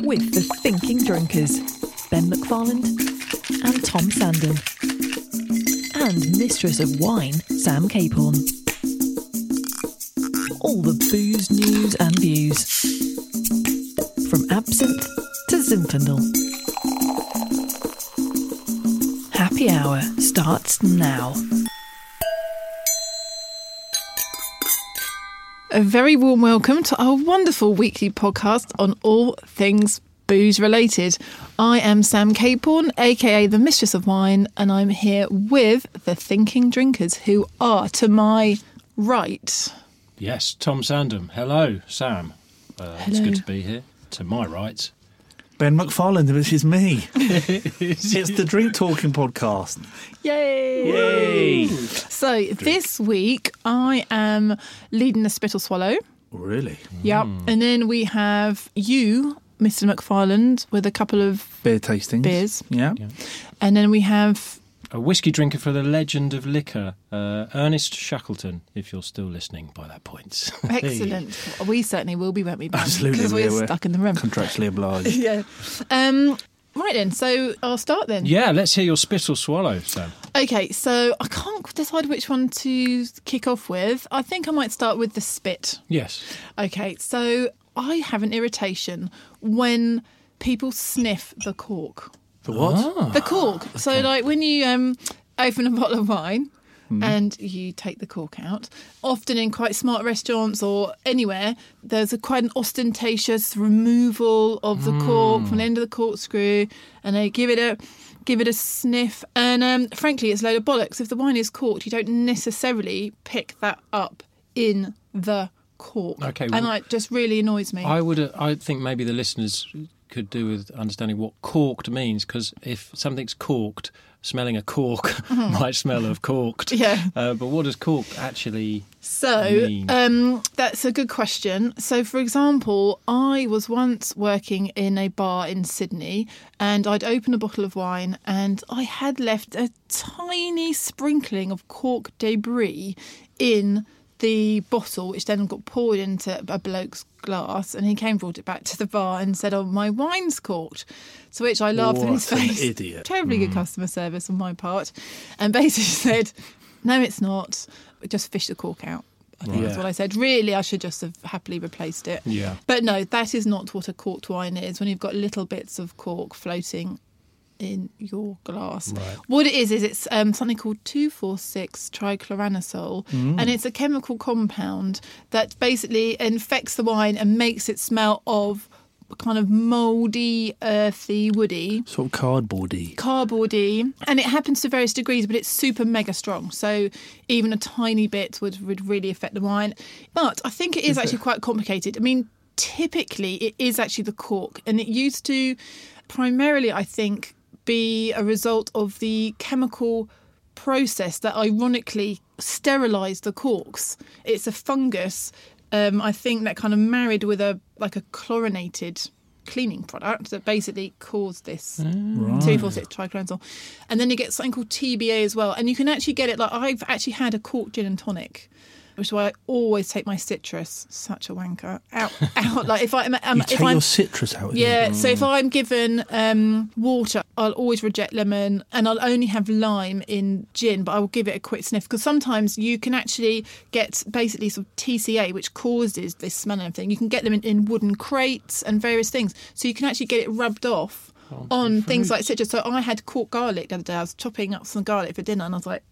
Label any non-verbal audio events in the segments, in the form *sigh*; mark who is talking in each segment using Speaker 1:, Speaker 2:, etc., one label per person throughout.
Speaker 1: with the thinking drinkers, Ben McFarland and Tom Sandon, and mistress of wine, Sam Capon. All the booze news and views from absinthe to Zinfandel. Happy hour starts now.
Speaker 2: A very warm welcome to our wonderful weekly podcast on all things booze related. I am Sam Caporn, aka the Mistress of Wine, and I'm here with the Thinking Drinkers, who are to my right.
Speaker 3: Yes, Tom Sandham. Hello, Sam. Uh, It's good to be here. To my right.
Speaker 4: Ben McFarland, which is *laughs* me. it's the Drink Talking podcast.
Speaker 2: Yay!
Speaker 4: Yay!
Speaker 2: So this week I am leading a spittle swallow.
Speaker 4: Really?
Speaker 2: Yep. And then we have you, Mr. McFarland, with a couple of
Speaker 4: Beer tastings.
Speaker 2: Beers.
Speaker 4: Yeah.
Speaker 2: and then we have
Speaker 3: A whiskey drinker for the legend of liquor, uh, Ernest Shackleton, if you're still listening by that point. *laughs* Hey.
Speaker 2: Excellent. We certainly will be, won't we? Ben?
Speaker 4: Absolutely.
Speaker 2: Because we're,
Speaker 4: we- we're
Speaker 2: stuck in the room.
Speaker 4: Contractually *laughs* obliged.
Speaker 2: yeah. Um, right then. So I'll start then.
Speaker 3: Yeah, let's hear your spittle swallow, Sam.
Speaker 2: Okay. So I can't decide which one to kick off with. I think I might start with the spit.
Speaker 3: Yes.
Speaker 2: Okay. So I have an irritation when people sniff the cork.
Speaker 4: The what?
Speaker 2: The cork. So like when you um, open a bottle of wine.
Speaker 3: Hmm.
Speaker 2: And you take the cork out. Often in quite smart restaurants or anywhere, there's a quite an ostentatious removal of the
Speaker 3: Hmm.
Speaker 2: cork from the end of the corkscrew, and they give it a give it a sniff. And um, frankly, it's a load of bollocks. If the wine is corked, you don't necessarily pick that up in the cork.
Speaker 3: Okay,
Speaker 2: and
Speaker 3: well-
Speaker 2: it just really annoys me.
Speaker 3: I would. Uh, I think maybe the listeners could do with understanding what corked means, because if something's corked, smelling a cork *laughs* might smell of corked.
Speaker 2: Mm-hmm. Yeah.
Speaker 3: Uh, but what does cork actually?
Speaker 2: So
Speaker 3: mean?
Speaker 2: um, that's a good question. So, for example, I was once working in a bar in Sydney and I'd opened a bottle of wine and I had left a tiny sprinkling of cork debris in the bottle, which then got poured into a bloke's glass. And he came, brought it back to the bar and said, Oh, my wine's corked. To which I laughed in
Speaker 4: What
Speaker 2: his
Speaker 4: an
Speaker 2: face. *laughs*
Speaker 4: idiot.
Speaker 2: Terribly good customer service on my part. And basically *laughs* said, No, it's not. Just fish the cork out. I think that's
Speaker 4: Yeah.
Speaker 2: what I said. Really, I should just have happily replaced it.
Speaker 3: Yeah.
Speaker 2: But no, that is not what a corked wine is when you've got little bits of cork floating in your glass. What it is, is it's um, something called 246 trichloroanisole, and it's a chemical compound that basically infects the wine and makes it smell of kind of mouldy, earthy, woody
Speaker 4: Sort of cardboardy.
Speaker 2: cardboardy and it happens to various degrees but it's super mega strong so even a tiny bit would, would really affect the wine but i think it is actually quite complicated i mean typically it is actually the cork and it used to primarily i think be a result of the chemical process that ironically sterilized the corks it's a fungus um, i think that kind of married with a like a chlorinated cleaning product that basically caused this two four six trichloroanisole, and then you get something called TBA as well, and you can actually get it. Like I've actually had a cork gin and tonic, which is why I always take my citrus. Such a wanker out, *laughs* out. Like if I am,
Speaker 4: You
Speaker 2: am
Speaker 4: take
Speaker 2: if I'm
Speaker 4: your citrus out.
Speaker 2: yeah, so
Speaker 3: Mm.
Speaker 2: if I'm given um, water, I'll always reject lemon and I'll only have lime in gin, but I will give it a quick sniff because sometimes you can actually get basically sort of TCA, which causes this smell and everything. You can get them in, in wooden crates and various things. So you can actually get it rubbed off
Speaker 3: Oh,
Speaker 2: on things like citrus. So I had cork garlic the other day. I was chopping up some garlic for dinner and I was like,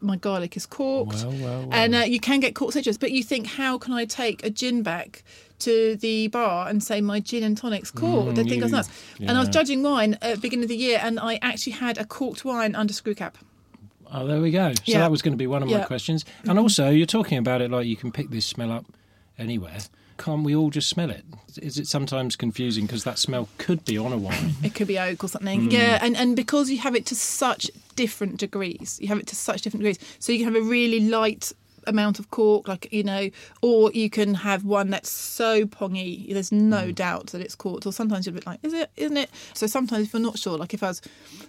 Speaker 2: my garlic is corked.
Speaker 3: Well, well, well.
Speaker 2: And uh, you can get corked citrus, but you think, how can I take a gin back to the bar and say my gin and tonic's corked? they think I
Speaker 3: Mm,
Speaker 2: was
Speaker 3: you-
Speaker 2: nuts. And I was
Speaker 3: yeah.
Speaker 2: judging wine at the beginning of the year, and I actually had a corked wine under screw cap.
Speaker 3: Oh, there we go. So
Speaker 2: Yeah.
Speaker 3: that was going to be one of my
Speaker 2: Yeah.
Speaker 3: questions. And also, you're talking about it like you can pick this smell up anywhere. Can't we all just smell it? Is it sometimes confusing because that smell could be on a *laughs* wine?
Speaker 2: It could be oak or something.
Speaker 4: Mm.
Speaker 2: Yeah, and, and because you have it to such different degrees, you have it to such different degrees. So you can have a really light amount of cork, like, you know, or you can have one that's so pongy, there's no
Speaker 4: Mm.
Speaker 2: doubt that it's corked. Or sometimes you're a bit like, is it, isn't it? So sometimes if you're not sure, like if I was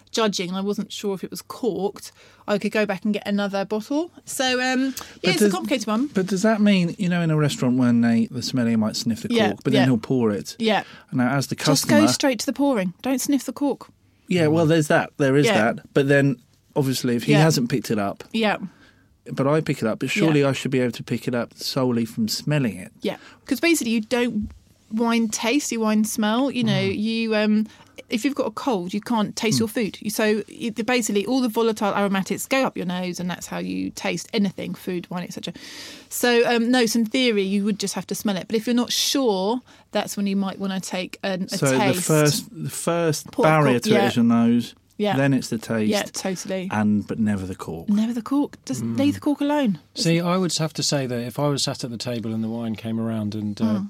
Speaker 2: judging and I wasn't sure if it was corked, I could go back and get another bottle. So um, yeah, it's a
Speaker 4: does-
Speaker 2: complicated one.
Speaker 4: But does that mean you know in a restaurant when they the sommelier might sniff the cork,
Speaker 2: Yeah,
Speaker 4: but then
Speaker 2: yeah.
Speaker 4: he'll pour it.
Speaker 2: Yeah.
Speaker 4: Now, as the
Speaker 2: Just
Speaker 4: customer,
Speaker 2: go straight to the pouring. Don't sniff the cork.
Speaker 4: yeah. Well, there's that. There is
Speaker 2: Yeah.
Speaker 4: that. But then, obviously, if he
Speaker 2: Yeah.
Speaker 4: hasn't picked it up,
Speaker 2: Yeah.
Speaker 4: but I pick it up. But surely
Speaker 2: Yeah.
Speaker 4: I should be able to pick it up solely from smelling it.
Speaker 2: Yeah, because basically you don't wine taste, you wine smell. You know,
Speaker 4: Mm-hmm.
Speaker 2: you um, if you've got a cold, you can't
Speaker 4: Mm.
Speaker 2: taste your food. You- So you- the- basically, all the volatile aromatics go up your nose, and that's how you taste anything, food, wine, etc. So um, no, so in theory, you would just have to smell it. But if you're not sure, that's when you might want to take an, a
Speaker 4: so
Speaker 2: taste.
Speaker 4: the first the first
Speaker 2: Pour-
Speaker 4: barrier
Speaker 2: pour-
Speaker 4: to it
Speaker 2: yeah.
Speaker 4: is your nose.
Speaker 2: Yeah.
Speaker 4: Then it's the taste.
Speaker 2: yeah, totally.
Speaker 4: And but never the cork.
Speaker 2: Never the cork. Just
Speaker 4: Mm.
Speaker 2: leave the cork alone.
Speaker 3: See, I would have to say that if I was sat at the table and the wine came around and. Uh,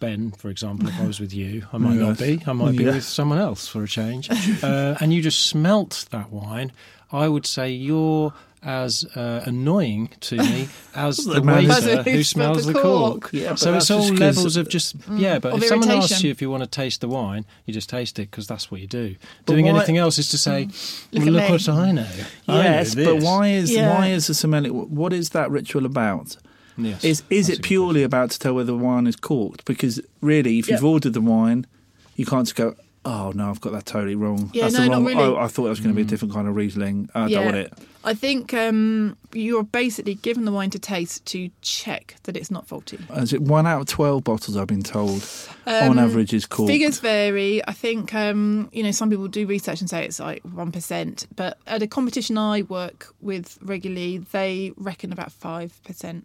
Speaker 3: Ben, for example, if I was with you, I might not be.
Speaker 4: Yes.
Speaker 3: I might be
Speaker 4: Yes.
Speaker 3: with someone else for a *laughs* change. uh, and you just smelt that wine. I would say you're as uh, annoying to
Speaker 4: *laughs*
Speaker 3: me as the,
Speaker 4: man who
Speaker 3: waiter
Speaker 2: smelt-
Speaker 3: who
Speaker 2: who
Speaker 3: smells the
Speaker 2: smelt the
Speaker 3: cork.
Speaker 2: cork.
Speaker 4: Yeah, but
Speaker 3: so it's
Speaker 4: that's
Speaker 3: all
Speaker 4: just 'cause- Mm,
Speaker 3: levels of just yeah. But
Speaker 2: Of
Speaker 3: if someone asks
Speaker 2: irritation.
Speaker 3: you if you want to taste the wine, you just taste it because that's what you do.
Speaker 4: But
Speaker 3: Doing
Speaker 4: why- Mm.
Speaker 3: anything else is to say, well,
Speaker 2: Look at
Speaker 3: look
Speaker 2: me."
Speaker 3: what I know. I know
Speaker 4: Yes, but
Speaker 3: this."
Speaker 4: why Oh, is
Speaker 2: Yeah.
Speaker 4: why is the sommelier? What is that ritual about?
Speaker 3: Yes,
Speaker 4: Is is
Speaker 3: that's a
Speaker 4: it
Speaker 3: good
Speaker 4: purely about to tell whether the wine is corked? Because really, if you've
Speaker 2: Yeah.
Speaker 4: ordered the wine, you can't just go. Oh no, I've got that totally wrong.
Speaker 2: Yeah,
Speaker 4: That's the
Speaker 2: no,
Speaker 4: wrong.
Speaker 2: not really.
Speaker 4: Oh, I thought that was going to be a different kind of Riesling. I don't want it.
Speaker 2: I think um, you're basically given the wine to taste to check that it's not faulty.
Speaker 4: Is it one out of twelve bottles? I've been told on average is corked.
Speaker 2: Um, Figures vary. I think um, you know some people do research and say it's like one percent, but at a competition I work with regularly, they reckon about five percent.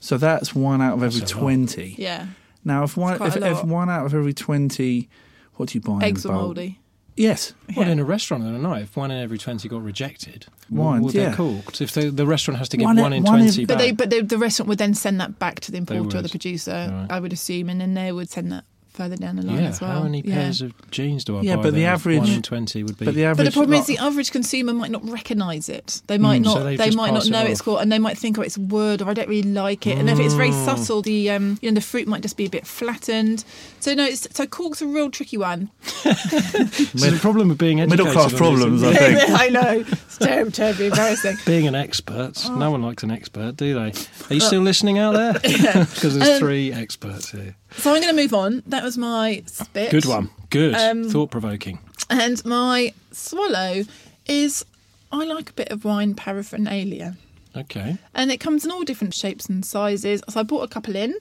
Speaker 4: So that's one out of every
Speaker 3: That's a lot.
Speaker 4: twenty.
Speaker 2: Yeah,
Speaker 4: Now, if one
Speaker 2: quite
Speaker 4: if,
Speaker 2: a
Speaker 4: if
Speaker 2: lot.
Speaker 4: one out of every twenty, what do you buy? in
Speaker 2: eggs
Speaker 4: a
Speaker 2: or
Speaker 4: bulk?
Speaker 2: mouldy.
Speaker 4: Yes.
Speaker 3: Well,
Speaker 2: Yeah.
Speaker 3: in a restaurant in a night, if one in every 20 got rejected,
Speaker 4: Wine,
Speaker 3: wine, well, they're
Speaker 4: yeah.
Speaker 3: corked. If they, the restaurant has to give
Speaker 4: One
Speaker 3: one,
Speaker 4: in-
Speaker 3: in
Speaker 4: one in-
Speaker 3: 20
Speaker 2: But
Speaker 3: back.
Speaker 2: they, but the, the restaurant would then send that back to the importer or
Speaker 3: would.
Speaker 2: the producer,
Speaker 3: Right.
Speaker 2: I would assume, and then they would send that further down the line
Speaker 3: yeah,
Speaker 2: as well.
Speaker 3: how many
Speaker 2: Yeah.
Speaker 3: pairs of jeans do I
Speaker 4: Yeah,
Speaker 3: buy?
Speaker 4: but the
Speaker 3: then if One
Speaker 4: average-
Speaker 3: in 20 would be.
Speaker 4: But the average. Oh,
Speaker 2: But the problem is
Speaker 4: lot-
Speaker 2: the average consumer might not recognise it. They might not.
Speaker 3: Mm, So they
Speaker 2: they
Speaker 3: just
Speaker 2: might not
Speaker 3: pass it
Speaker 2: know it's
Speaker 3: off.
Speaker 2: called, and they might think, "Oh, it's wood," or "I don't really like it." And if it's very
Speaker 3: Mm.
Speaker 2: subtle, the um, you know, the fruit might just be a bit flattened. So no, it's, so cork's a real tricky one. *laughs*
Speaker 4: *laughs*
Speaker 3: This is the problem with being educated.
Speaker 4: middle class
Speaker 3: on these
Speaker 4: problems.
Speaker 3: things.
Speaker 4: I think.
Speaker 2: I know it's terribly, terribly embarrassing.
Speaker 3: Being an expert, no one likes an expert, do they? Are you still listening out
Speaker 2: *laughs*
Speaker 3: there? *laughs* Because
Speaker 2: Um,
Speaker 3: there's three experts here.
Speaker 2: So I'm going to move on. That was my spit.
Speaker 3: Good one. Good.
Speaker 2: Um,
Speaker 3: Thought provoking.
Speaker 2: And my swallow is I like a bit of wine paraphernalia.
Speaker 3: Okay.
Speaker 2: And it comes in all different shapes and sizes. So I bought a couple in.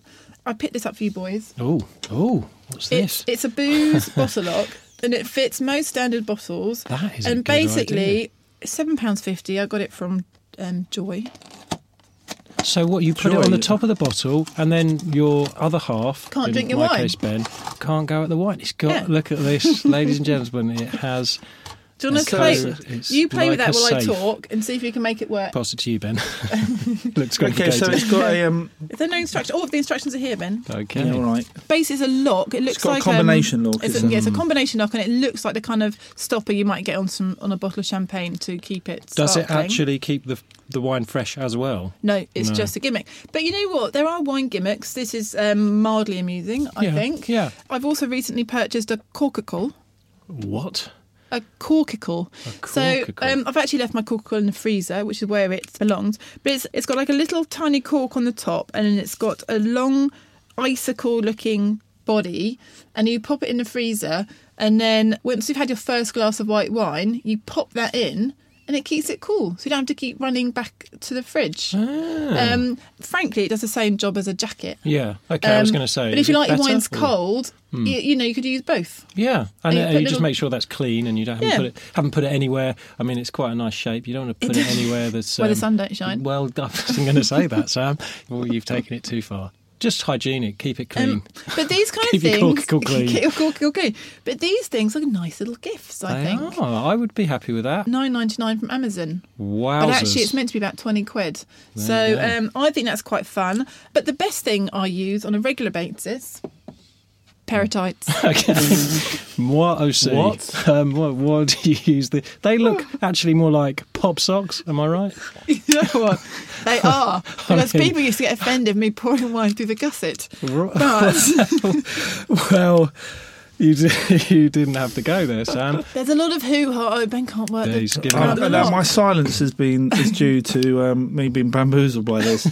Speaker 2: I picked this up for you boys.
Speaker 3: Oh, oh, what's this?
Speaker 2: It's, it's
Speaker 3: *laughs*
Speaker 2: a booze bottle lock, and it fits most standard bottles.
Speaker 3: That is a
Speaker 2: and
Speaker 3: good idea.
Speaker 2: basically seven pounds fifty. I got it from um, Joy.
Speaker 3: So what you put
Speaker 4: Sure,
Speaker 3: it on the
Speaker 4: you-
Speaker 3: top of the bottle, and then your other half
Speaker 2: Can't
Speaker 3: in
Speaker 2: drink your
Speaker 3: my
Speaker 2: wine.
Speaker 3: Case Ben can't go at the wine. It's got.
Speaker 2: Yeah.
Speaker 3: Look at
Speaker 2: *laughs*
Speaker 3: this, ladies and gentlemen. It has.
Speaker 2: Do you want
Speaker 3: So
Speaker 2: to play?
Speaker 3: it's
Speaker 2: You play with
Speaker 3: like
Speaker 2: that
Speaker 3: a
Speaker 2: while I
Speaker 3: safe.
Speaker 2: talk and see if you can make it work.
Speaker 3: Pass it to you,
Speaker 2: *laughs*
Speaker 3: Ben. *laughs* Looks
Speaker 4: Okay,
Speaker 3: complicated.
Speaker 4: so it's got a um.
Speaker 2: If there are no instructions, all of the instructions are here, Ben.
Speaker 3: okay.
Speaker 4: *laughs* Yeah, all right.
Speaker 2: Base is a lock. It looks
Speaker 4: got a
Speaker 2: like um,
Speaker 4: combination lock,
Speaker 2: It's
Speaker 4: isn't
Speaker 2: a,
Speaker 4: it?
Speaker 2: yeah, it's a combination lock, and it looks like the kind of stopper you might get on some on a bottle of champagne to keep it.
Speaker 3: Does it
Speaker 2: sparkling.
Speaker 3: actually keep the the wine fresh as well?
Speaker 2: No, it's
Speaker 3: No.
Speaker 2: just a gimmick. But you know what? There are wine gimmicks. This is um, mildly amusing, I
Speaker 3: Yeah,
Speaker 2: think.
Speaker 3: yeah.
Speaker 2: I've also recently purchased a corkle.
Speaker 3: What?
Speaker 2: a corkicle. So
Speaker 3: corkicle.
Speaker 2: um, I've actually left my corkicle in the freezer, which is where it belongs. But it's it's got like a little tiny cork on the top, and then it's got a long icicle-looking body, and you pop it in the freezer, and then once you've had your first glass of white wine, you pop that in. And it keeps it cool, so you don't have to keep running back to the fridge.
Speaker 3: Ah.
Speaker 2: Um, frankly, it does the same job as a jacket.
Speaker 3: Yeah. Okay, I was
Speaker 2: Um,
Speaker 3: going to say.
Speaker 2: But
Speaker 3: is
Speaker 2: if you
Speaker 3: it
Speaker 2: like your
Speaker 3: better
Speaker 2: wine's
Speaker 3: or- Hmm.
Speaker 2: cold, you, you know you could use both.
Speaker 3: Yeah, and,
Speaker 2: you
Speaker 3: uh,
Speaker 2: put
Speaker 3: you, just
Speaker 2: little-
Speaker 3: make sure that's clean, and you don't haven't
Speaker 2: Yeah.
Speaker 3: put it haven't put it anywhere. I mean, it's quite a nice shape. You don't want to put it anywhere that's um,
Speaker 2: Where the sun don't shine.
Speaker 3: Well, I wasn't going to say that, Sam. Well, you've taken it too far. Just hygienic. Keep it clean.
Speaker 2: Um,
Speaker 3: *laughs*
Speaker 2: but these kind of
Speaker 3: Keep your
Speaker 2: things,
Speaker 3: corkicle clean.
Speaker 2: *laughs* Keep your corkicle clean. But these things are nice little gifts. I
Speaker 3: They
Speaker 2: think
Speaker 3: are. I would be happy with that.
Speaker 2: nine ninety nine from Amazon.
Speaker 3: Wow.
Speaker 2: But actually, it's meant to be about 20 quid.
Speaker 3: you
Speaker 2: So
Speaker 3: go.
Speaker 2: um, I think that's quite fun. But the best thing I use on a regular basis, Peritites.
Speaker 3: *laughs* Okay. Moi aussi.
Speaker 4: What?
Speaker 3: Um, what? What do you use? The, they
Speaker 2: *laughs*
Speaker 3: look actually more like pop socks. Am I right?
Speaker 2: *laughs* you know what?
Speaker 3: *laughs*
Speaker 2: They are. Because
Speaker 3: mean-
Speaker 2: people used to get offended me pouring wine through the gusset.
Speaker 3: Ro-
Speaker 2: But
Speaker 3: well, you d- *laughs* you didn't have to go there, Sam.
Speaker 2: *laughs* there's a lot of hoo-ha. Oh, Ben can't work.
Speaker 3: Yeah,
Speaker 2: the-
Speaker 3: he's giving
Speaker 2: can't
Speaker 3: up.
Speaker 2: work the
Speaker 4: now,
Speaker 2: lock.
Speaker 4: my silence has been is due to um, me being bamboozled by *laughs* this.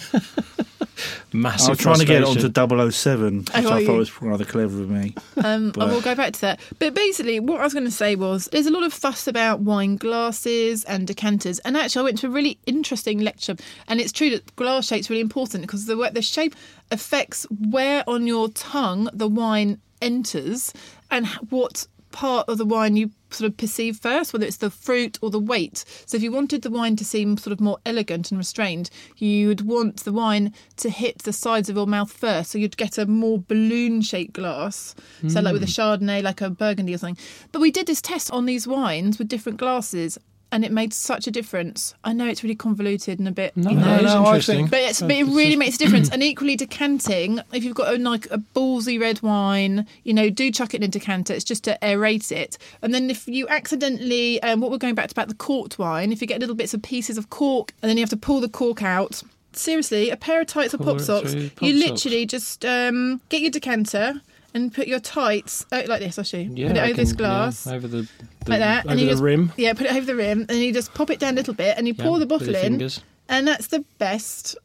Speaker 4: I
Speaker 3: Massive.
Speaker 4: was trying to get it onto
Speaker 3: frustration.
Speaker 4: 007, which
Speaker 2: Oh,
Speaker 4: I
Speaker 2: yeah.
Speaker 4: thought was rather clever of me.
Speaker 2: Um, I
Speaker 4: But-
Speaker 2: will go back to that. But basically, what I was going to say was there's a lot of fuss about wine glasses and decanters. And actually, I went to a really interesting lecture, and it's true that glass shape's really important because the way- the shape affects where on your tongue the wine enters and h- what part of the wine you sort of perceive first, whether it's the fruit or the weight. So if you wanted the wine to seem sort of more elegant and restrained, you'd want the wine to hit the sides of your mouth first. So you'd get a more balloon shaped glass. So like with a Chardonnay, like a Burgundy or something. But we did this test on these wines with different glasses. And it made such a difference. I know it's really convoluted and a bit. you know,
Speaker 3: No,
Speaker 4: No,
Speaker 3: it's
Speaker 4: no, I
Speaker 3: Oh, interesting.
Speaker 4: think-
Speaker 2: but, it's, but it
Speaker 3: It's
Speaker 2: really
Speaker 3: just-
Speaker 2: makes a difference. And equally, decanting, if you've got a, like a ballsy red wine, you know, do chuck it in a decanter. It's just to aerate it. And then if you accidentally, um, what we're going back to about the corked wine, if you get little bits of pieces of cork and then you have to pull the cork out. Seriously, a pair of tights or
Speaker 3: Pull
Speaker 2: pop
Speaker 3: it
Speaker 2: socks,
Speaker 3: through, pop
Speaker 2: you
Speaker 3: socks.
Speaker 2: literally just um, get your decanter and put your tights oh, like this, I'll show you.
Speaker 3: Yeah,
Speaker 2: put it
Speaker 3: I
Speaker 2: over this
Speaker 3: can-
Speaker 2: glass.
Speaker 3: yeah, over the, the
Speaker 2: Like that,
Speaker 3: over
Speaker 2: you
Speaker 3: the
Speaker 2: just,
Speaker 3: rim.
Speaker 2: Yeah, put it over the rim, and you just pop it down a little bit, and you
Speaker 3: Yeah,
Speaker 2: pour the
Speaker 3: with your
Speaker 2: bottle in,
Speaker 3: fingers.
Speaker 2: and that's the best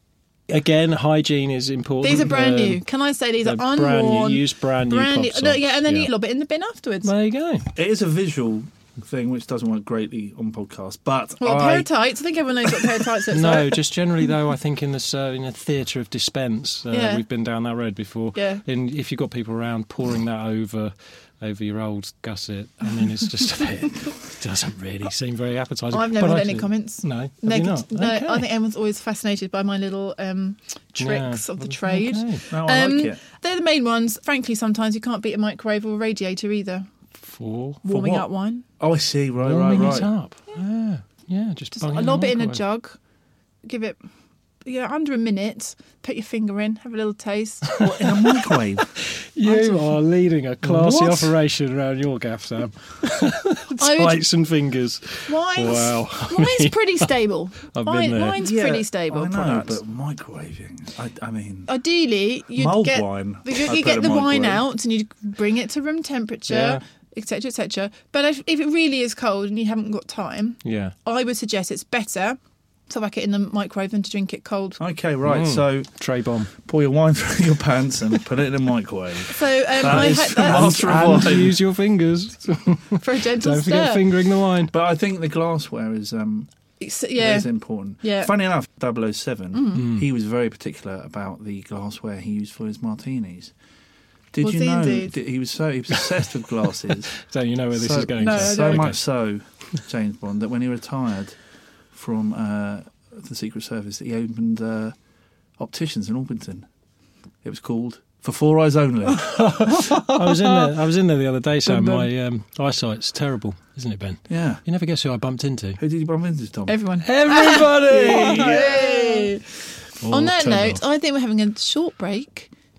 Speaker 3: Again, hygiene is important.
Speaker 2: These are brand
Speaker 3: Um,
Speaker 2: new. Can I say these are
Speaker 3: they're
Speaker 2: unworn?
Speaker 3: brand new. Use brand new pop
Speaker 2: No,
Speaker 3: socks.
Speaker 2: yeah, and then
Speaker 3: Yeah.
Speaker 2: you lob it in the bin afterwards.
Speaker 3: There you go.
Speaker 4: It is a visual thing which doesn't work greatly on podcasts, but
Speaker 2: well, a pair
Speaker 4: I,
Speaker 2: of tights. I think everyone knows what a pair of tights
Speaker 3: *laughs*
Speaker 2: looks
Speaker 3: No,
Speaker 2: like.
Speaker 3: just generally though, I
Speaker 2: *laughs*
Speaker 3: think in this uh, in a theatre of dispense, uh,
Speaker 2: Yeah.
Speaker 3: we've been down that road before.
Speaker 2: Yeah.
Speaker 3: And if you've got people around pouring that over over your old gusset, I mean, it's just a bit. It doesn't really seem very appetising.
Speaker 2: I've never
Speaker 3: But
Speaker 2: had
Speaker 3: actually-
Speaker 2: any comments.
Speaker 3: No, have you
Speaker 2: Neg-
Speaker 3: not?
Speaker 2: No,
Speaker 3: Okay.
Speaker 2: I think everyone's always fascinated by my little um, tricks
Speaker 3: Yeah.
Speaker 2: of the trade.
Speaker 3: Mm, Okay.
Speaker 4: no, I
Speaker 2: Um,
Speaker 4: like it.
Speaker 2: They're the main ones. Frankly, sometimes you can't beat a microwave or a radiator either.
Speaker 3: Four.
Speaker 2: Warming
Speaker 4: what?
Speaker 2: up wine.
Speaker 4: Oh, I see. Right,
Speaker 3: warming
Speaker 4: right,
Speaker 3: it
Speaker 4: right.
Speaker 3: up. Yeah, Oh, yeah. Just,
Speaker 2: Just
Speaker 3: bung in
Speaker 2: lob
Speaker 3: the
Speaker 2: it in a
Speaker 3: microwave.
Speaker 2: jug. Give it. Yeah, under a minute. Put your finger in. Have a little taste.
Speaker 4: What, in a
Speaker 2: *laughs*
Speaker 4: microwave?
Speaker 3: You are leading a classy
Speaker 4: What?
Speaker 3: operation around your gaff, Sam.
Speaker 2: *laughs* I would-
Speaker 3: Tights and fingers.
Speaker 2: Wine's,
Speaker 3: Wow. *laughs*
Speaker 2: wine's pretty stable.
Speaker 3: I've been
Speaker 2: Wine-
Speaker 3: there.
Speaker 2: Wine's
Speaker 4: Yeah,
Speaker 2: pretty stable.
Speaker 4: I know,
Speaker 2: product.
Speaker 4: but microwaving. I, I mean,
Speaker 2: ideally you'd
Speaker 4: Mulled
Speaker 2: get
Speaker 4: wine.
Speaker 2: you-
Speaker 4: I'd
Speaker 2: you
Speaker 4: put
Speaker 2: get
Speaker 4: in
Speaker 2: the wine
Speaker 4: microwave.
Speaker 2: out and you'd bring it to room temperature
Speaker 3: Yeah.
Speaker 2: etc etc but if, if it really is cold and you haven't got time
Speaker 3: Yeah.
Speaker 2: i would suggest it's better to whack it in the microwave than to drink it
Speaker 3: Oh,
Speaker 2: cold
Speaker 4: okay, right. So
Speaker 3: Tray bomb.
Speaker 4: pour your wine *laughs* through your pants and put it in a microwave.
Speaker 2: so um, i
Speaker 4: is
Speaker 2: had *laughs* that
Speaker 4: Master of
Speaker 3: and *laughs*
Speaker 4: wine.
Speaker 3: use your fingers.
Speaker 2: for a gentle
Speaker 3: Don't forget
Speaker 2: stir
Speaker 3: fingering the wine.
Speaker 4: But I think the glassware is um
Speaker 2: It's- yeah
Speaker 4: is important.
Speaker 2: Yeah. Mm.
Speaker 4: Funny enough, 007,
Speaker 3: Mm.
Speaker 4: he was very particular about the glassware he used for his martinis. Did
Speaker 2: Was
Speaker 4: you
Speaker 2: he
Speaker 4: know
Speaker 2: indeed?
Speaker 4: that he was so he was obsessed with glasses?
Speaker 3: So you know *laughs* where this
Speaker 4: so,
Speaker 3: is going.
Speaker 2: No,
Speaker 3: Sam.
Speaker 2: I
Speaker 4: so
Speaker 2: don't.
Speaker 4: much so, James Bond, that when he retired from uh, the Secret Service, he opened uh, opticians in Orpington. It was called For Four Eyes Only.
Speaker 2: *laughs*
Speaker 3: I was in there. I was in there the other day,
Speaker 4: *laughs*
Speaker 3: Sam.
Speaker 4: Dun, dun.
Speaker 3: My um, eyesight's terrible, isn't it, Ben?
Speaker 4: yeah.
Speaker 3: You never guess who I bumped into.
Speaker 4: Who did you bump into, Tom?
Speaker 3: *laughs*
Speaker 2: everyone *laughs*
Speaker 3: Everybody.
Speaker 2: Yay! Oh,
Speaker 4: Oh,
Speaker 2: on that
Speaker 3: turned
Speaker 2: note i think we're having a short break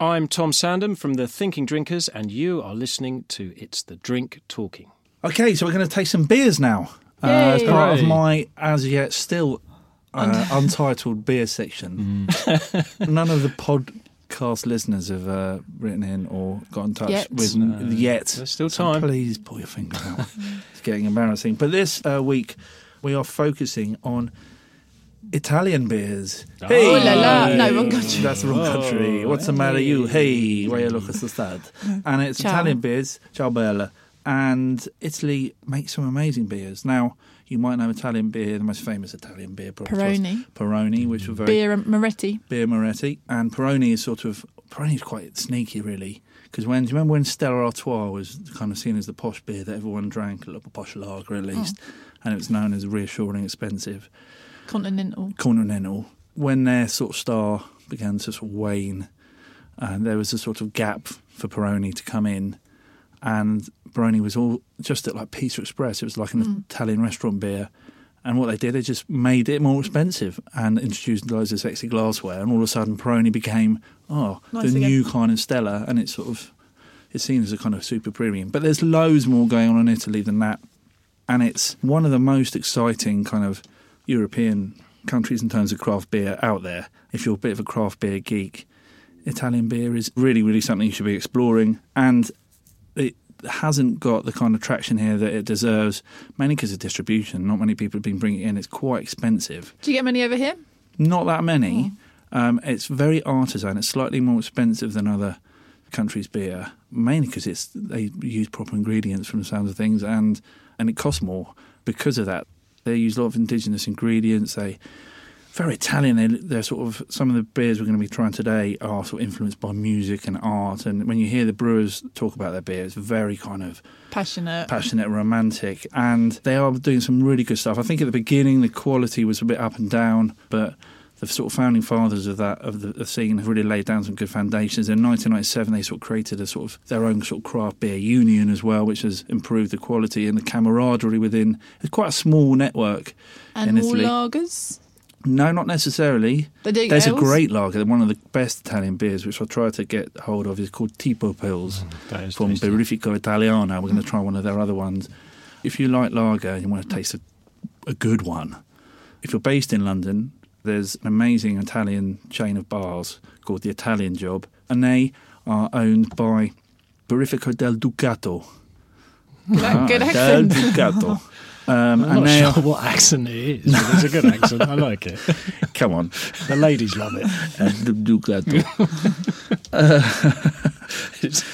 Speaker 3: I'm Tom Sandham from the Thinking Drinkers, and you are listening to It's the Drink Talking.
Speaker 4: Okay, so we're going to taste some beers now uh, as part of
Speaker 3: Hooray.
Speaker 4: my as yet still uh,
Speaker 2: *laughs*
Speaker 4: untitled beer section.
Speaker 3: Mm.
Speaker 4: None
Speaker 3: *laughs*
Speaker 4: of the podcast listeners have uh, written in or got in touch
Speaker 2: Yet.
Speaker 4: with yet.
Speaker 3: There's still
Speaker 4: So
Speaker 3: time.
Speaker 4: please pull your finger out. it's getting embarrassing. But this uh, week we are focusing on Italian beers.
Speaker 2: Oh la
Speaker 4: Um,
Speaker 2: la! No,
Speaker 4: *laughs*
Speaker 2: wrong country. Oh,
Speaker 4: That's the wrong country. What's the matter, you? Hey, where you look at the
Speaker 2: *laughs*
Speaker 4: stud? And it's
Speaker 2: Ciao.
Speaker 4: Italian beers, ciao bella. And Italy makes some amazing beers. Now, you might know Italian beer, the most famous Italian beer, probably was
Speaker 2: Peroni.
Speaker 4: Peroni, which were very
Speaker 2: Beer and Moretti.
Speaker 4: beer Moretti. And Peroni is sort of Peroni is quite sneaky, really. Because when do you remember when Stella Artois was kind of seen as the posh beer that everyone drank, a little posh lager at least,
Speaker 2: Oh.
Speaker 4: and it was known as reassuring expensive
Speaker 2: Continental.
Speaker 4: continental when their sort of star began to sort of wane and there was a sort of gap for Peroni to come in and Peroni was all just at like Pizza Express it was like an
Speaker 2: Hmm.
Speaker 4: Italian restaurant beer and what they did they just made it more expensive and introduced loads of sexy glassware and all of a sudden Peroni became oh
Speaker 2: Nice
Speaker 4: the
Speaker 2: again.
Speaker 4: new kind of Stella and it's sort of it's seen as a kind of super premium but there's loads more going on in Italy than that and it's one of the most exciting kind of European countries in terms of craft beer out there. If you're a bit of a craft beer geek, Italian beer is really, really something you should be exploring, and it hasn't got the kind of traction here that it deserves, mainly because of distribution. Not many people have been bringing it in. It's quite expensive.
Speaker 2: Do you get many over here?
Speaker 4: Not that many. Um, it's very artisan. It's slightly more expensive than other countries' beer, mainly because it's they use proper ingredients from the sounds of things, and and it costs more because of that. They use a lot of indigenous ingredients. They very Italian. They, they're sort of some of the beers we're going to be trying today are sort of influenced by music and art. And when you hear the brewers talk about their beer, it's very kind of
Speaker 2: Passionate.
Speaker 4: passionate, romantic, and they are doing some really good stuff. I think at the beginning the quality was a bit up and down, but the sort of founding fathers of that of the of scene have really laid down some good foundations. In 1997, they sort of created a sort of their own sort of craft beer union as well, which has improved the quality and the camaraderie within. It's quite a small network
Speaker 2: and
Speaker 4: in
Speaker 2: more
Speaker 4: Italy.
Speaker 2: lagers.
Speaker 4: No, not necessarily.
Speaker 2: They do
Speaker 4: There's
Speaker 2: ales?
Speaker 4: a great lager, one of the best Italian beers, which I'll try to get hold of, is called Tipo Pills
Speaker 3: that is
Speaker 4: from
Speaker 3: tasty.
Speaker 4: Birrifico Italiano. We're going to try one of their other ones. If you like lager and you want to taste a, a good one, if you're based in London, there's an amazing Italian chain of bars called the Italian Job, and they are owned by Birrifico del Ducato.
Speaker 2: good
Speaker 4: Ah,
Speaker 2: accent.
Speaker 3: *laughs*
Speaker 4: Del Ducato.
Speaker 3: I'm
Speaker 4: Um, and
Speaker 3: not
Speaker 4: they
Speaker 3: sure
Speaker 4: are,
Speaker 3: what accent it is, but it's
Speaker 4: *laughs*
Speaker 3: a good accent. I like it.
Speaker 4: come on,
Speaker 3: The ladies love
Speaker 4: *laughs*
Speaker 3: it.
Speaker 4: Del
Speaker 3: *laughs*
Speaker 4: Ducato. Uh, *laughs*
Speaker 3: It's-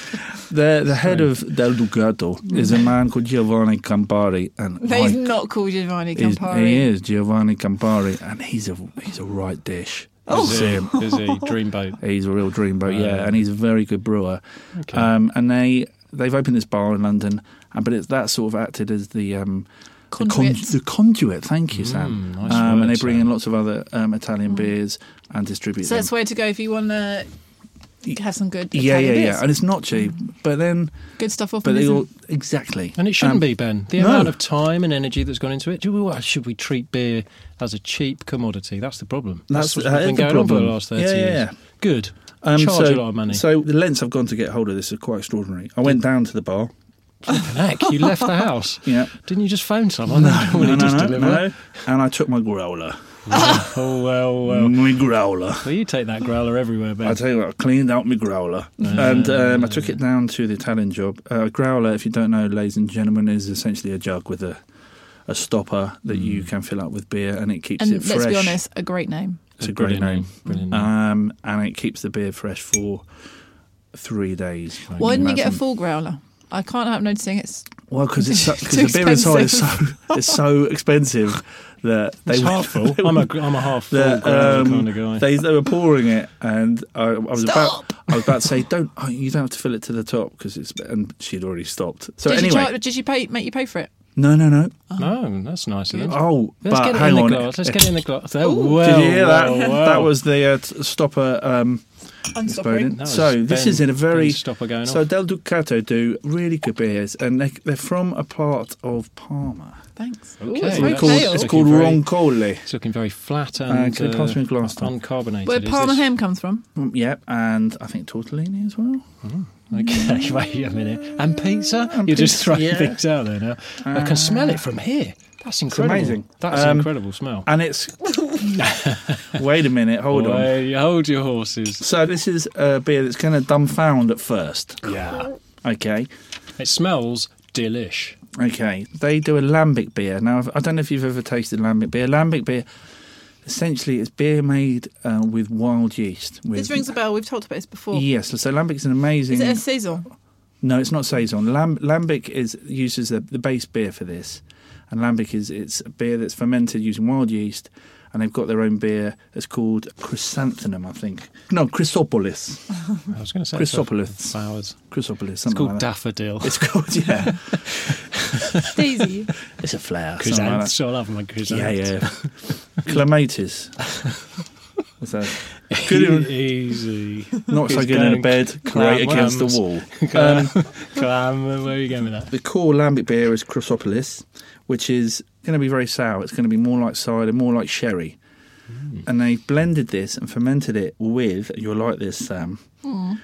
Speaker 4: The the head of Del Ducato is a man called Giovanni Campari, and
Speaker 2: *laughs* They've
Speaker 4: my-
Speaker 2: not called Giovanni
Speaker 4: he's-
Speaker 2: Campari.
Speaker 4: he is Giovanni Campari, and he's a he's a right dish. Oh,
Speaker 3: Is
Speaker 4: him.
Speaker 3: a, is a dreamboat.
Speaker 4: He's a real dreamboat, yeah,
Speaker 3: Right.
Speaker 4: and he's a very good brewer.
Speaker 3: Uh,
Speaker 4: Um, and they they've opened this bar in London, and but it's that sort of acted as the um, the,
Speaker 2: Conduit.
Speaker 4: the conduit. Thank you, Sam.
Speaker 3: Mm, nice
Speaker 4: um, and
Speaker 3: word,
Speaker 4: they bring in
Speaker 3: Sam.
Speaker 4: lots of other um, Italian beers and distribute
Speaker 2: Mm. So
Speaker 4: them.
Speaker 2: that's where to go if you want to you have some good
Speaker 4: yeah, yeah,
Speaker 2: Italian
Speaker 4: yeah,
Speaker 2: beers.
Speaker 4: and it's not cheap. But then,
Speaker 2: good stuff off
Speaker 4: but
Speaker 2: them,
Speaker 4: they
Speaker 2: isn't
Speaker 4: all
Speaker 2: it?
Speaker 4: exactly,
Speaker 3: And it shouldn't
Speaker 4: Um,
Speaker 3: be, Ben. The
Speaker 4: no.
Speaker 3: amount of time and energy that's gone into it. Do we, why should we treat beer as a cheap commodity? That's the problem.
Speaker 4: That's-
Speaker 3: what's
Speaker 4: that is
Speaker 3: been
Speaker 4: the
Speaker 3: going on for
Speaker 4: problem.
Speaker 3: the last 30
Speaker 4: Yeah, yeah,
Speaker 3: years.
Speaker 4: yeah.
Speaker 3: Good.
Speaker 4: Um,
Speaker 3: Charge
Speaker 4: so,
Speaker 3: a lot of money.
Speaker 4: So the lengths I've gone to get hold of this are quite extraordinary. I went down to the bar.
Speaker 3: *laughs* Heck, you left the house.
Speaker 4: *laughs* Yeah.
Speaker 3: Didn't you just phone someone? *laughs* No, just deliver it?
Speaker 4: And I took my growler.
Speaker 3: Oh, well, well.
Speaker 4: My growler.
Speaker 3: Well, you take that growler everywhere, Ben. Ah.
Speaker 4: I tell you what, I cleaned out my growler. and um, I took it down to the Italian job. Uh, growler, if you don't know, ladies and gentlemen, is essentially a jug with a, a stopper that you
Speaker 3: Mm.
Speaker 4: can fill up with beer and it keeps
Speaker 2: And
Speaker 4: it
Speaker 2: let's
Speaker 4: fresh.
Speaker 2: be honest, a great name.
Speaker 4: It's a great
Speaker 3: Brilliant
Speaker 4: name.
Speaker 3: name, brilliant name.
Speaker 4: Um, and it keeps the beer fresh for three days.
Speaker 2: Why didn't you get a
Speaker 4: Imagine.
Speaker 2: full growler? I can't help noticing it's
Speaker 4: Well, because it's because
Speaker 2: *laughs* Too
Speaker 4: the beer inside is so it's so expensive that they
Speaker 3: It's
Speaker 4: were-
Speaker 3: half full.
Speaker 4: *laughs* they
Speaker 3: I'm a,
Speaker 4: were-
Speaker 3: I'm a half full
Speaker 4: that,
Speaker 3: growler
Speaker 4: um,
Speaker 3: kind of guy.
Speaker 4: They they were pouring it, and I, I was
Speaker 2: Stop!
Speaker 4: about I was about to say don't oh, you don't have to fill it to the top because it's and she'd already stopped. So
Speaker 2: did,
Speaker 4: anyway,
Speaker 2: you try, did you pay? Make you pay for it?
Speaker 4: no no no.
Speaker 3: No, that's nice of them.
Speaker 4: Oh,
Speaker 3: Let's
Speaker 4: but
Speaker 3: get it
Speaker 4: hang
Speaker 3: in the
Speaker 4: on.
Speaker 3: glass. Let's get it in the glass. Oh,
Speaker 4: *laughs* Did
Speaker 3: well,
Speaker 4: you hear that? *laughs*
Speaker 3: well, well.
Speaker 4: That was the uh, t- stopper um,
Speaker 2: I'm
Speaker 4: exploding.
Speaker 3: That was
Speaker 4: so this
Speaker 3: Ben-
Speaker 4: is in a very
Speaker 3: Ben stopper going
Speaker 4: so
Speaker 3: off.
Speaker 4: Del Ducato do really good beers, and they, they're from a part of Parma.
Speaker 2: Thanks.
Speaker 3: Okay.
Speaker 2: Ooh, it's
Speaker 3: Well,
Speaker 2: very
Speaker 4: It's called,
Speaker 2: pale.
Speaker 4: it's
Speaker 3: Looking
Speaker 4: called
Speaker 3: very-
Speaker 4: Roncole.
Speaker 3: It's looking very flat
Speaker 4: Uh,
Speaker 3: and
Speaker 4: can you pass me a glass, Tom?
Speaker 3: uncarbonated.
Speaker 2: Where
Speaker 3: is
Speaker 2: Parma
Speaker 3: this?
Speaker 2: ham comes from?
Speaker 4: Mm, Yep, and I think tortellini as well.
Speaker 3: Okay, *laughs* wait a minute. And pizza? You're just
Speaker 4: pizza,
Speaker 3: throwing
Speaker 4: yeah.
Speaker 3: things out there now. I can smell it from here. That's incredible.
Speaker 4: amazing.
Speaker 3: That's
Speaker 4: Um,
Speaker 3: an incredible smell.
Speaker 4: And it's. *laughs* Wait a minute, hold on.
Speaker 3: Wait, hold your horses.
Speaker 4: So this is a beer that's kind of dumbfound at first.
Speaker 3: Yeah.
Speaker 4: Okay,
Speaker 3: It smells delish.
Speaker 4: okay. They do a lambic beer. Now I've- I don't know if you've ever tasted lambic beer. Lambic beer, essentially, it's beer made uh, with wild yeast. With,
Speaker 2: This rings a bell. We've talked about this before.
Speaker 4: Yes, so lambic is an amazing.
Speaker 2: Is it a saison?
Speaker 4: No, it's not saison. Lam- lambic is uses the, the base beer for this, and lambic is it's a beer that's fermented using wild yeast, and they've got their own beer. It's called chrysanthemum, I think. No, chrysopolis,
Speaker 3: I was going to say
Speaker 4: Chrysopolis.
Speaker 3: flowers.
Speaker 4: chrysopolis. Something
Speaker 3: It's called
Speaker 4: like that.
Speaker 3: daffodil.
Speaker 4: It's called yeah.
Speaker 2: Daisy.
Speaker 4: *laughs* it's a flower. something like
Speaker 3: chrysanthemum. I love my
Speaker 4: that. Yeah,
Speaker 3: chrysanthemum.
Speaker 4: yeah. *laughs* Clematis. What's that? Good in- *laughs*
Speaker 3: Easy.
Speaker 4: not so
Speaker 3: It's
Speaker 4: good in a
Speaker 3: going
Speaker 4: bed,
Speaker 3: clam-
Speaker 4: great against the
Speaker 3: clams.
Speaker 4: wall. Um,
Speaker 3: Clam, clam, where are you going with that?
Speaker 4: The core lambic beer is Chrysopolis, which is going to be very sour. It's going to be more like cider, more like sherry. And they blended this and fermented it with, you'll like this, Sam,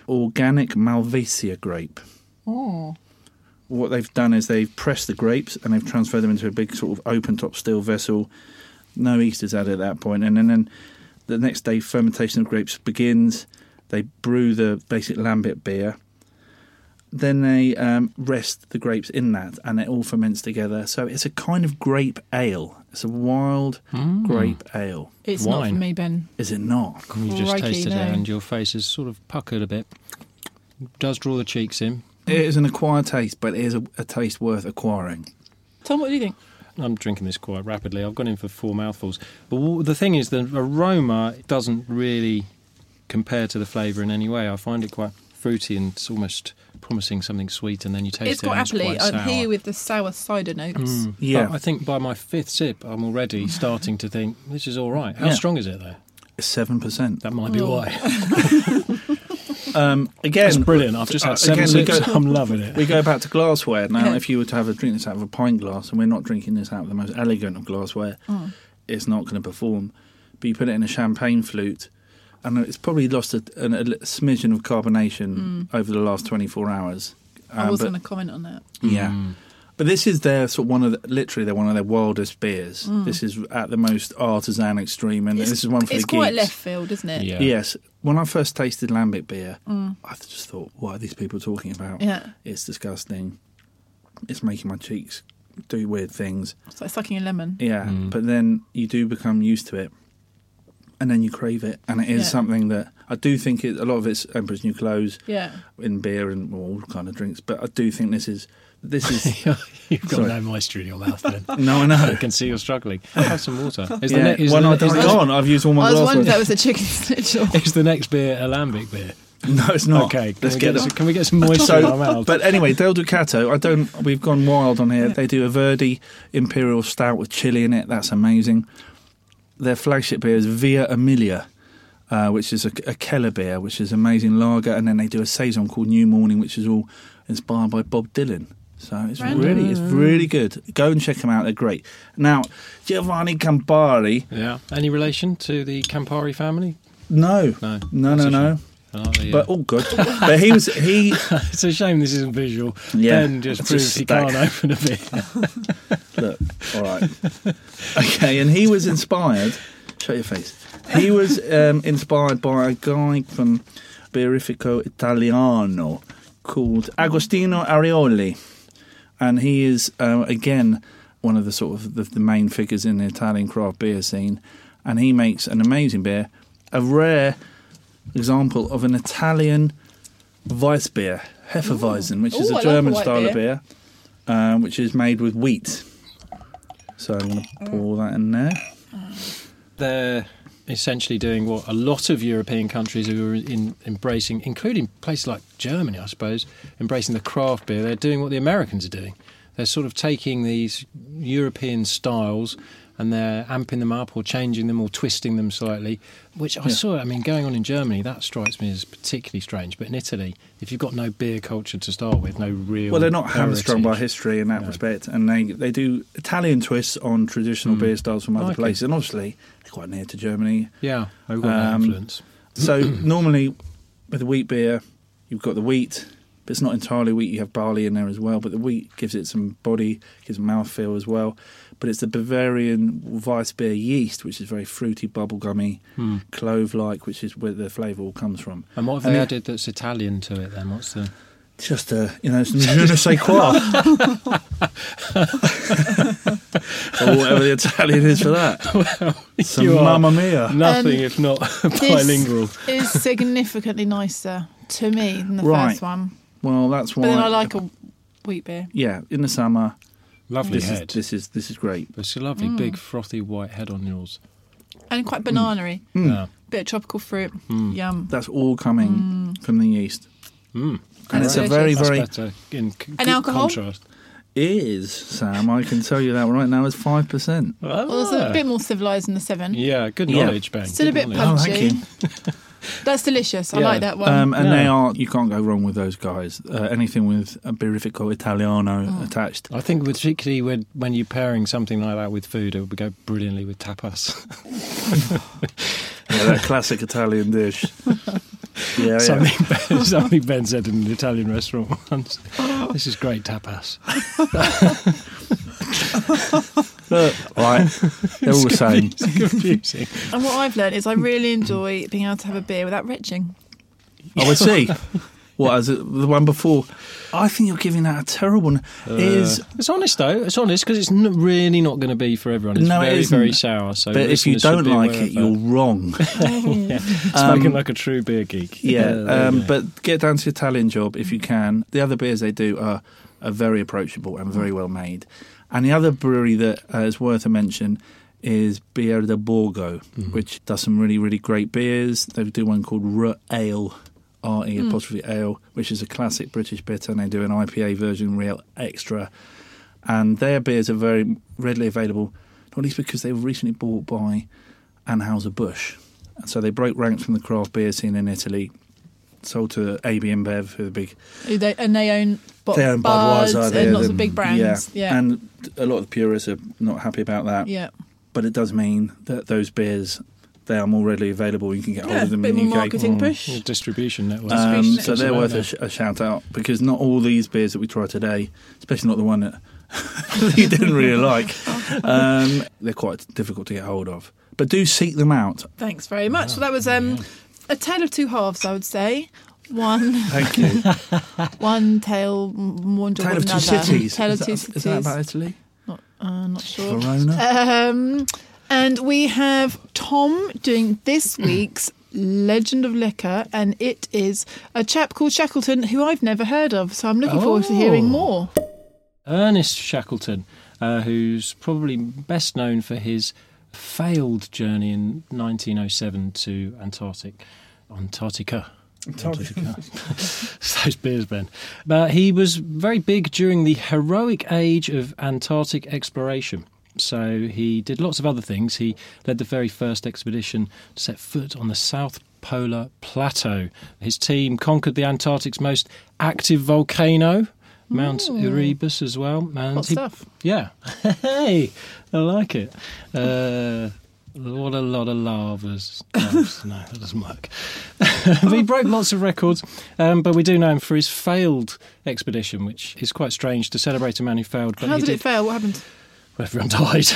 Speaker 4: organic Malvasia grape. What they've done is they've pressed the grapes and they've transferred them into a big sort of open top steel vessel. No yeast is added at that point. And then, then the next day, fermentation of grapes begins. They brew the basic lambic beer then they um, rest the grapes in that and it all ferments together. So it's a kind of grape ale. It's a wild
Speaker 3: Mm.
Speaker 4: grape ale.
Speaker 2: It's not
Speaker 3: Wine.
Speaker 2: for me, Ben.
Speaker 4: Is it not?
Speaker 3: You just
Speaker 2: Crikey,
Speaker 3: tasted
Speaker 2: no.
Speaker 3: it and your face is sort of puckered a bit. Does draw the cheeks in.
Speaker 4: It is an acquired taste, but it is a, a taste worth acquiring.
Speaker 2: Tom, what do you think?
Speaker 3: I'm drinking this quite rapidly. I've gone in for four mouthfuls. But w- the thing is, the aroma doesn't really compare to the flavour in any way. I find it quite fruity and it's almost promising something sweet, and then you taste
Speaker 2: it's
Speaker 3: it.
Speaker 2: got
Speaker 3: and it's
Speaker 2: apple.
Speaker 3: quite
Speaker 2: I'm
Speaker 3: sour.
Speaker 2: here with the sour cider notes.
Speaker 4: Yeah.
Speaker 3: But I think by my fifth sip, I'm
Speaker 2: *laughs*
Speaker 3: already starting to think this is all right. How
Speaker 4: Yeah.
Speaker 3: strong is it though?
Speaker 4: It's 7%.
Speaker 3: That might be
Speaker 2: Oh.
Speaker 3: *laughs* why.
Speaker 4: Um, again,
Speaker 3: That's brilliant. I've just
Speaker 4: uh,
Speaker 3: had seven
Speaker 4: again, we
Speaker 3: sips. *laughs*
Speaker 4: go-
Speaker 3: I'm loving it.
Speaker 4: we go back to glassware. Now,
Speaker 2: Yeah.
Speaker 4: if you were to have a drink this out of a pint glass, and we're not drinking this out of the most elegant of glassware,
Speaker 2: Mm.
Speaker 4: it's not going to perform. But you put it in a champagne flute, and it's probably lost a, an, a smidgen of carbonation over the last 24 hours.
Speaker 2: Mm. I
Speaker 4: Um,
Speaker 2: was
Speaker 4: but-
Speaker 2: going to comment on that.
Speaker 4: Yeah. But this is their sort of one of the, literally they're one of their wildest beers. This is at the most artisan extreme, and this is one for
Speaker 2: Mm. it's
Speaker 4: the geeks.
Speaker 2: quite left field, isn't it?
Speaker 3: Yeah.
Speaker 4: Yes. When I first tasted lambic beer, I just thought, what are these people talking about?
Speaker 2: Mm. Yeah.
Speaker 4: It's disgusting. It's making my cheeks do weird things.
Speaker 2: It's like sucking a lemon.
Speaker 4: Yeah.
Speaker 3: Mm.
Speaker 4: But then you do become used to it and then you crave it. And it is
Speaker 2: Yeah.
Speaker 4: something that I do think it, a lot of it's Emperor's New Clothes
Speaker 2: Yeah.
Speaker 4: in beer and all kind of drinks. But I do think this is,
Speaker 3: *laughs*
Speaker 4: this is,
Speaker 3: You've got
Speaker 4: Sorry.
Speaker 3: no moisture in your mouth then.
Speaker 4: *laughs* no, I know.
Speaker 3: I can see you're struggling. Have some water. Is
Speaker 4: Yeah.
Speaker 3: the, ne- is
Speaker 4: well,
Speaker 3: the,
Speaker 4: no,
Speaker 3: ne- is
Speaker 4: it's
Speaker 3: the-
Speaker 4: gone. I've used all my
Speaker 2: I was
Speaker 4: last
Speaker 2: wondering if
Speaker 4: one.
Speaker 2: that was a chicken *laughs*
Speaker 3: *laughs*
Speaker 2: snitch. or-
Speaker 3: is the next beer a lambic beer?
Speaker 4: *laughs* No, it's not.
Speaker 3: Okay, can
Speaker 4: let's
Speaker 3: we
Speaker 4: get,
Speaker 3: get,
Speaker 4: the
Speaker 3: some, can we get some moisture in
Speaker 4: *laughs*
Speaker 3: our
Speaker 4: So,
Speaker 3: mouth?
Speaker 4: but anyway, Del Ducato. I don't. We've gone wild on here. They do a Verdi Imperial Stout with chili in it. That's amazing. Their flagship beer is Via Amelia, uh, which is a, a Keller beer, which is amazing lager, and then they do a saison called New Morning, which is all inspired by Bob Dylan. So it's
Speaker 2: Random.
Speaker 4: really, it's really good. Go and check them out; they're great. Now, Giovanni Campari,
Speaker 3: Yeah. Any relation to the Campari family?
Speaker 4: no,
Speaker 3: No.
Speaker 4: no,
Speaker 3: That's
Speaker 4: no,
Speaker 3: a
Speaker 4: no.
Speaker 3: shame. I like the, uh,
Speaker 4: But
Speaker 3: *laughs*
Speaker 4: oh, good. but he was he.
Speaker 3: it's a shame this isn't visual.
Speaker 4: Yeah.
Speaker 3: ben just
Speaker 4: It's
Speaker 3: proves
Speaker 4: just
Speaker 3: he
Speaker 4: stack.
Speaker 3: can't open a beer.
Speaker 4: Look, all right. Okay, and he was inspired. Show your face. He was um, inspired by a guy from Beerifico Italiano called Agostino Arioli, and he is uh, again one of the sort of the, the main figures in the Italian craft beer scene, and he makes an amazing beer, a rare example of an Italian Weissbier, Hefeweizen, which is a
Speaker 2: Ooh, I like a
Speaker 4: German
Speaker 2: white
Speaker 4: style of
Speaker 2: beer.
Speaker 4: beer, um, which is made with wheat. So I'm going
Speaker 2: Mm.
Speaker 4: to pour that in there.
Speaker 3: They're essentially doing what a lot of European countries are in, embracing, including places like Germany, I suppose, embracing the craft beer. They're doing what the Americans are doing. They're sort of taking these European styles and they're amping them up or changing them or twisting them slightly, which I saw, I mean, going on in Germany, that strikes me as particularly strange. But in Italy, if you've got no beer culture to start with, no real.
Speaker 4: Well, they're not hamstrung by
Speaker 3: heritage-
Speaker 4: history in that respect, and they they do Italian twists on traditional beer styles from other
Speaker 3: Mm. Like it.
Speaker 4: places, and obviously they're quite near to Germany.
Speaker 3: Yeah, they've got that
Speaker 4: Um,
Speaker 3: influence.
Speaker 4: So *clears throat* normally with a wheat beer, you've got the wheat, but it's not entirely wheat. You have barley in there as well, but the wheat gives it some body, gives mouthfeel as well. But it's the Bavarian Weiss beer yeast, which is very fruity, bubblegummy, clove-like, which is where the flavour all comes from.
Speaker 3: Hmm. And what have they
Speaker 4: it-
Speaker 3: added that's Italian to it then? What's the.
Speaker 4: Just a, you know, some je ne
Speaker 3: *laughs*
Speaker 4: sais quoi. *laughs* or whatever the Italian is for that.
Speaker 3: *laughs*
Speaker 4: Some
Speaker 3: you are-
Speaker 4: mamma mia.
Speaker 3: Nothing
Speaker 2: Um,
Speaker 3: if not *laughs*
Speaker 2: This
Speaker 3: bilingual.
Speaker 2: is significantly nicer to me than the
Speaker 4: Right.
Speaker 2: first one.
Speaker 4: Well, that's why.
Speaker 2: But then I like a wheat beer.
Speaker 4: Yeah, in the summer.
Speaker 3: Lovely
Speaker 4: This is,
Speaker 3: head.
Speaker 4: this is this is great.
Speaker 3: it's a
Speaker 2: Mm.
Speaker 3: lovely big frothy white head on yours.
Speaker 2: And
Speaker 4: Mm.
Speaker 2: quite banana-y.
Speaker 3: Yeah.
Speaker 2: Bit of tropical fruit. Yum.
Speaker 4: That's all coming from the yeast. And it's a
Speaker 2: That's
Speaker 4: very,
Speaker 2: delicious.
Speaker 3: Hmm.
Speaker 4: very
Speaker 3: That's better in c-
Speaker 2: And alcohol?
Speaker 3: contrast.
Speaker 4: is Sam. I can tell you that right now is five percent.
Speaker 2: Well, it's a bit more civilised than the seven.
Speaker 3: Oh. yeah, good
Speaker 4: Ah. Yeah.
Speaker 3: knowledge, Ben.
Speaker 2: Still a
Speaker 3: good
Speaker 2: bit
Speaker 3: knowledge.
Speaker 4: Oh,
Speaker 2: punchy.
Speaker 4: thank you.
Speaker 2: That's delicious. I
Speaker 3: Yeah.
Speaker 2: like that one.
Speaker 4: Um, and
Speaker 3: No.
Speaker 4: they are. You can't go wrong with those guys. Uh, anything with a Birrifico Italiano attached.
Speaker 3: I think particularly when, when you're pairing something like that with food, it would go brilliantly with tapas.
Speaker 4: Yeah, that *laughs* classic Italian dish. Yeah,
Speaker 3: *laughs*
Speaker 4: yeah.
Speaker 3: something, ben, something Ben said in an Italian restaurant *laughs* once. this is great tapas.
Speaker 4: Look, *laughs* right. They're all the same.
Speaker 3: It's *laughs* confusing.
Speaker 2: and what I've learned is I
Speaker 4: *laughs*
Speaker 2: really enjoy being able to have a beer without retching.
Speaker 4: Oh, I would see. What as it, the one before? I think you're giving that a terrible. One.
Speaker 3: Uh,
Speaker 4: is
Speaker 3: It's honest though. It's honest because it's n- really not going to be for everyone. It's
Speaker 4: No, it
Speaker 3: very
Speaker 4: isn't.
Speaker 3: very sour. So,
Speaker 4: but if you
Speaker 3: listeners should
Speaker 4: don't
Speaker 3: be
Speaker 4: like
Speaker 3: aware
Speaker 4: it,
Speaker 3: of
Speaker 4: you're
Speaker 3: that.
Speaker 4: wrong. *laughs*
Speaker 3: yeah. spoken
Speaker 4: Um,
Speaker 3: like a true beer geek.
Speaker 4: Yeah,
Speaker 3: there you
Speaker 4: um,
Speaker 3: go.
Speaker 4: but get down to your Italian job if you can. The other beers they do are, are very approachable and very well made. And the other brewery that uh, is worth a mention is Bier de Borgo, which does some really, really great beers. They do one called Re Ale, R E apostrophe ale, which is a classic British bitter, and they do an IPA version, Real Extra. And their beers are very readily available, not least because they were recently bought by Anheuser-Busch. And so they broke ranks from the craft beer scene in Italy sold to AB InBev, who are the big
Speaker 2: They, and they own, bo-
Speaker 4: they own
Speaker 2: Buds
Speaker 4: Budweiser,
Speaker 2: and
Speaker 4: they're
Speaker 2: lots
Speaker 4: the-
Speaker 2: of big brands. Yeah.
Speaker 4: and a lot of the purists are not happy about that.
Speaker 2: yeah.
Speaker 4: but it does mean that those beers they are more readily available. You can get hold
Speaker 2: Yeah,
Speaker 4: of them
Speaker 2: bit
Speaker 4: in the
Speaker 2: more
Speaker 4: UK.
Speaker 2: marketing
Speaker 3: Your
Speaker 2: push.
Speaker 3: Mm, distribution network.
Speaker 4: Um,
Speaker 2: Distribution.
Speaker 4: so they're worth a, sh- a shout out because not all these beers that we try today, especially not the one that *laughs* you didn't really
Speaker 2: *laughs*
Speaker 4: like, um, they're quite difficult to get hold of. But do seek them out.
Speaker 2: Thanks very much. So that
Speaker 4: Oh,
Speaker 2: was um, a tale of two halves, I would say. One, *laughs*
Speaker 4: Thank you.
Speaker 2: one tale, m- one
Speaker 4: Tale of two
Speaker 2: another.
Speaker 4: cities.
Speaker 2: Tale of
Speaker 4: is, that,
Speaker 2: two
Speaker 4: is
Speaker 2: cities.
Speaker 4: that about Italy?
Speaker 2: Not, uh, not sure.
Speaker 4: Verona.
Speaker 2: Um, and we have Tom doing this
Speaker 4: Mm.
Speaker 2: week's Legend of Liquor, and it is a chap called Shackleton who I've never heard of. So I'm looking forward to hearing
Speaker 3: Oh.
Speaker 2: more.
Speaker 3: Ernest Shackleton, uh, who's probably best known for his failed journey in 1907 to Antarctic, Antarctica. Antarctica. It's *laughs* Those beers, Ben. But he was very big during the heroic age of Antarctic exploration. So he did lots of other things. He led the very first expedition to set foot on the South Polar Plateau. His team conquered the Antarctic's most active volcano, Mount Erebus, as well. And
Speaker 2: Hot
Speaker 3: he-
Speaker 2: stuff.
Speaker 3: Yeah. *laughs* hey, I like it. Uh, what a lot of lavas. Lavas. no, that doesn't work. *laughs* But he broke lots of records, um, but we do know him for his failed expedition, which is quite strange to celebrate a man who failed. But
Speaker 2: How
Speaker 3: he
Speaker 2: did it fail? What happened?
Speaker 3: Well, everyone died.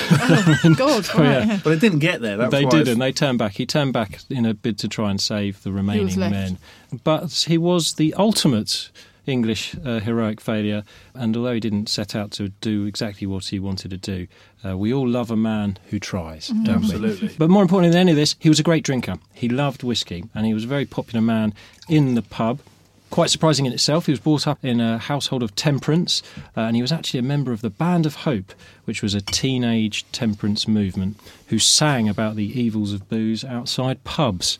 Speaker 2: God,
Speaker 3: Oh, *laughs* yeah.
Speaker 2: right, yeah.
Speaker 4: But it didn't get there. That's
Speaker 3: they
Speaker 4: why
Speaker 3: did,
Speaker 4: it's-
Speaker 3: and they turned back. He turned back in a bid to try and save the remaining
Speaker 2: left.
Speaker 3: men. But he was the ultimate English uh, heroic failure, and although he didn't set out to do exactly what he wanted to do, uh, we all love a man who tries, don't
Speaker 4: Absolutely.
Speaker 3: we? But more importantly than any of this, he was a great drinker. He loved whiskey, and he was a very popular man in the pub. Quite surprising in itself, he was brought up in a household of temperance, uh, and he was actually a member of the Band of Hope, which was a teenage temperance movement who sang about the evils of booze outside pubs.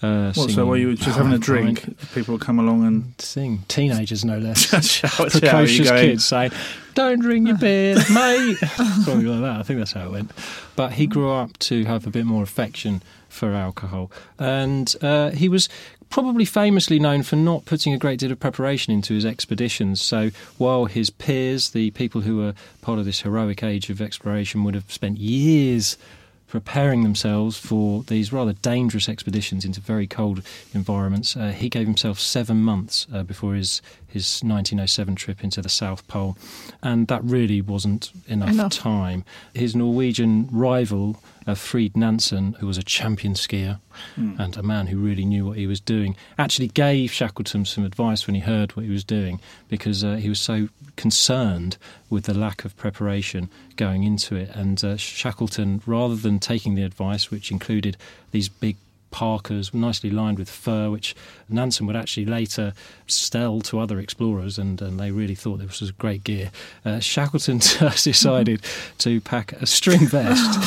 Speaker 3: Uh,
Speaker 4: What, so
Speaker 3: singing,
Speaker 4: while you were just having a
Speaker 3: "Pint,
Speaker 4: drink,
Speaker 3: pint,
Speaker 4: people would come along and
Speaker 3: Sing. Teenagers, no
Speaker 4: *laughs*
Speaker 3: less.
Speaker 4: shout at you
Speaker 3: Precocious
Speaker 4: going,
Speaker 3: kids saying, don't drink your
Speaker 4: *laughs*
Speaker 3: beer, mate. *laughs* Something like that. I think that's how it went. But he grew up to have a bit more affection for alcohol. And uh, he was probably famously known for not putting a great deal of preparation into his expeditions. So while his peers, the people who were part of this heroic age of exploration, would have spent years preparing themselves for these rather dangerous expeditions into very cold environments. Uh, he gave himself seven months uh, before his, his 1907 trip into the South Pole, and that really wasn't enough,
Speaker 2: Enough.
Speaker 3: time. His Norwegian rival, uh, Fried Nansen, who was a champion skier and a man who really knew what he was doing, actually gave Shackleton some advice when he heard what he was doing because uh, he was so concerned with the lack of preparation going into it. And uh, Shackleton, rather than taking the advice, which included these big parkas nicely lined with fur, which Nansen would actually later sell to other explorers, and, and they really thought this was great gear. Uh, Shackleton *laughs* decided to pack a string
Speaker 4: *laughs*
Speaker 3: vest,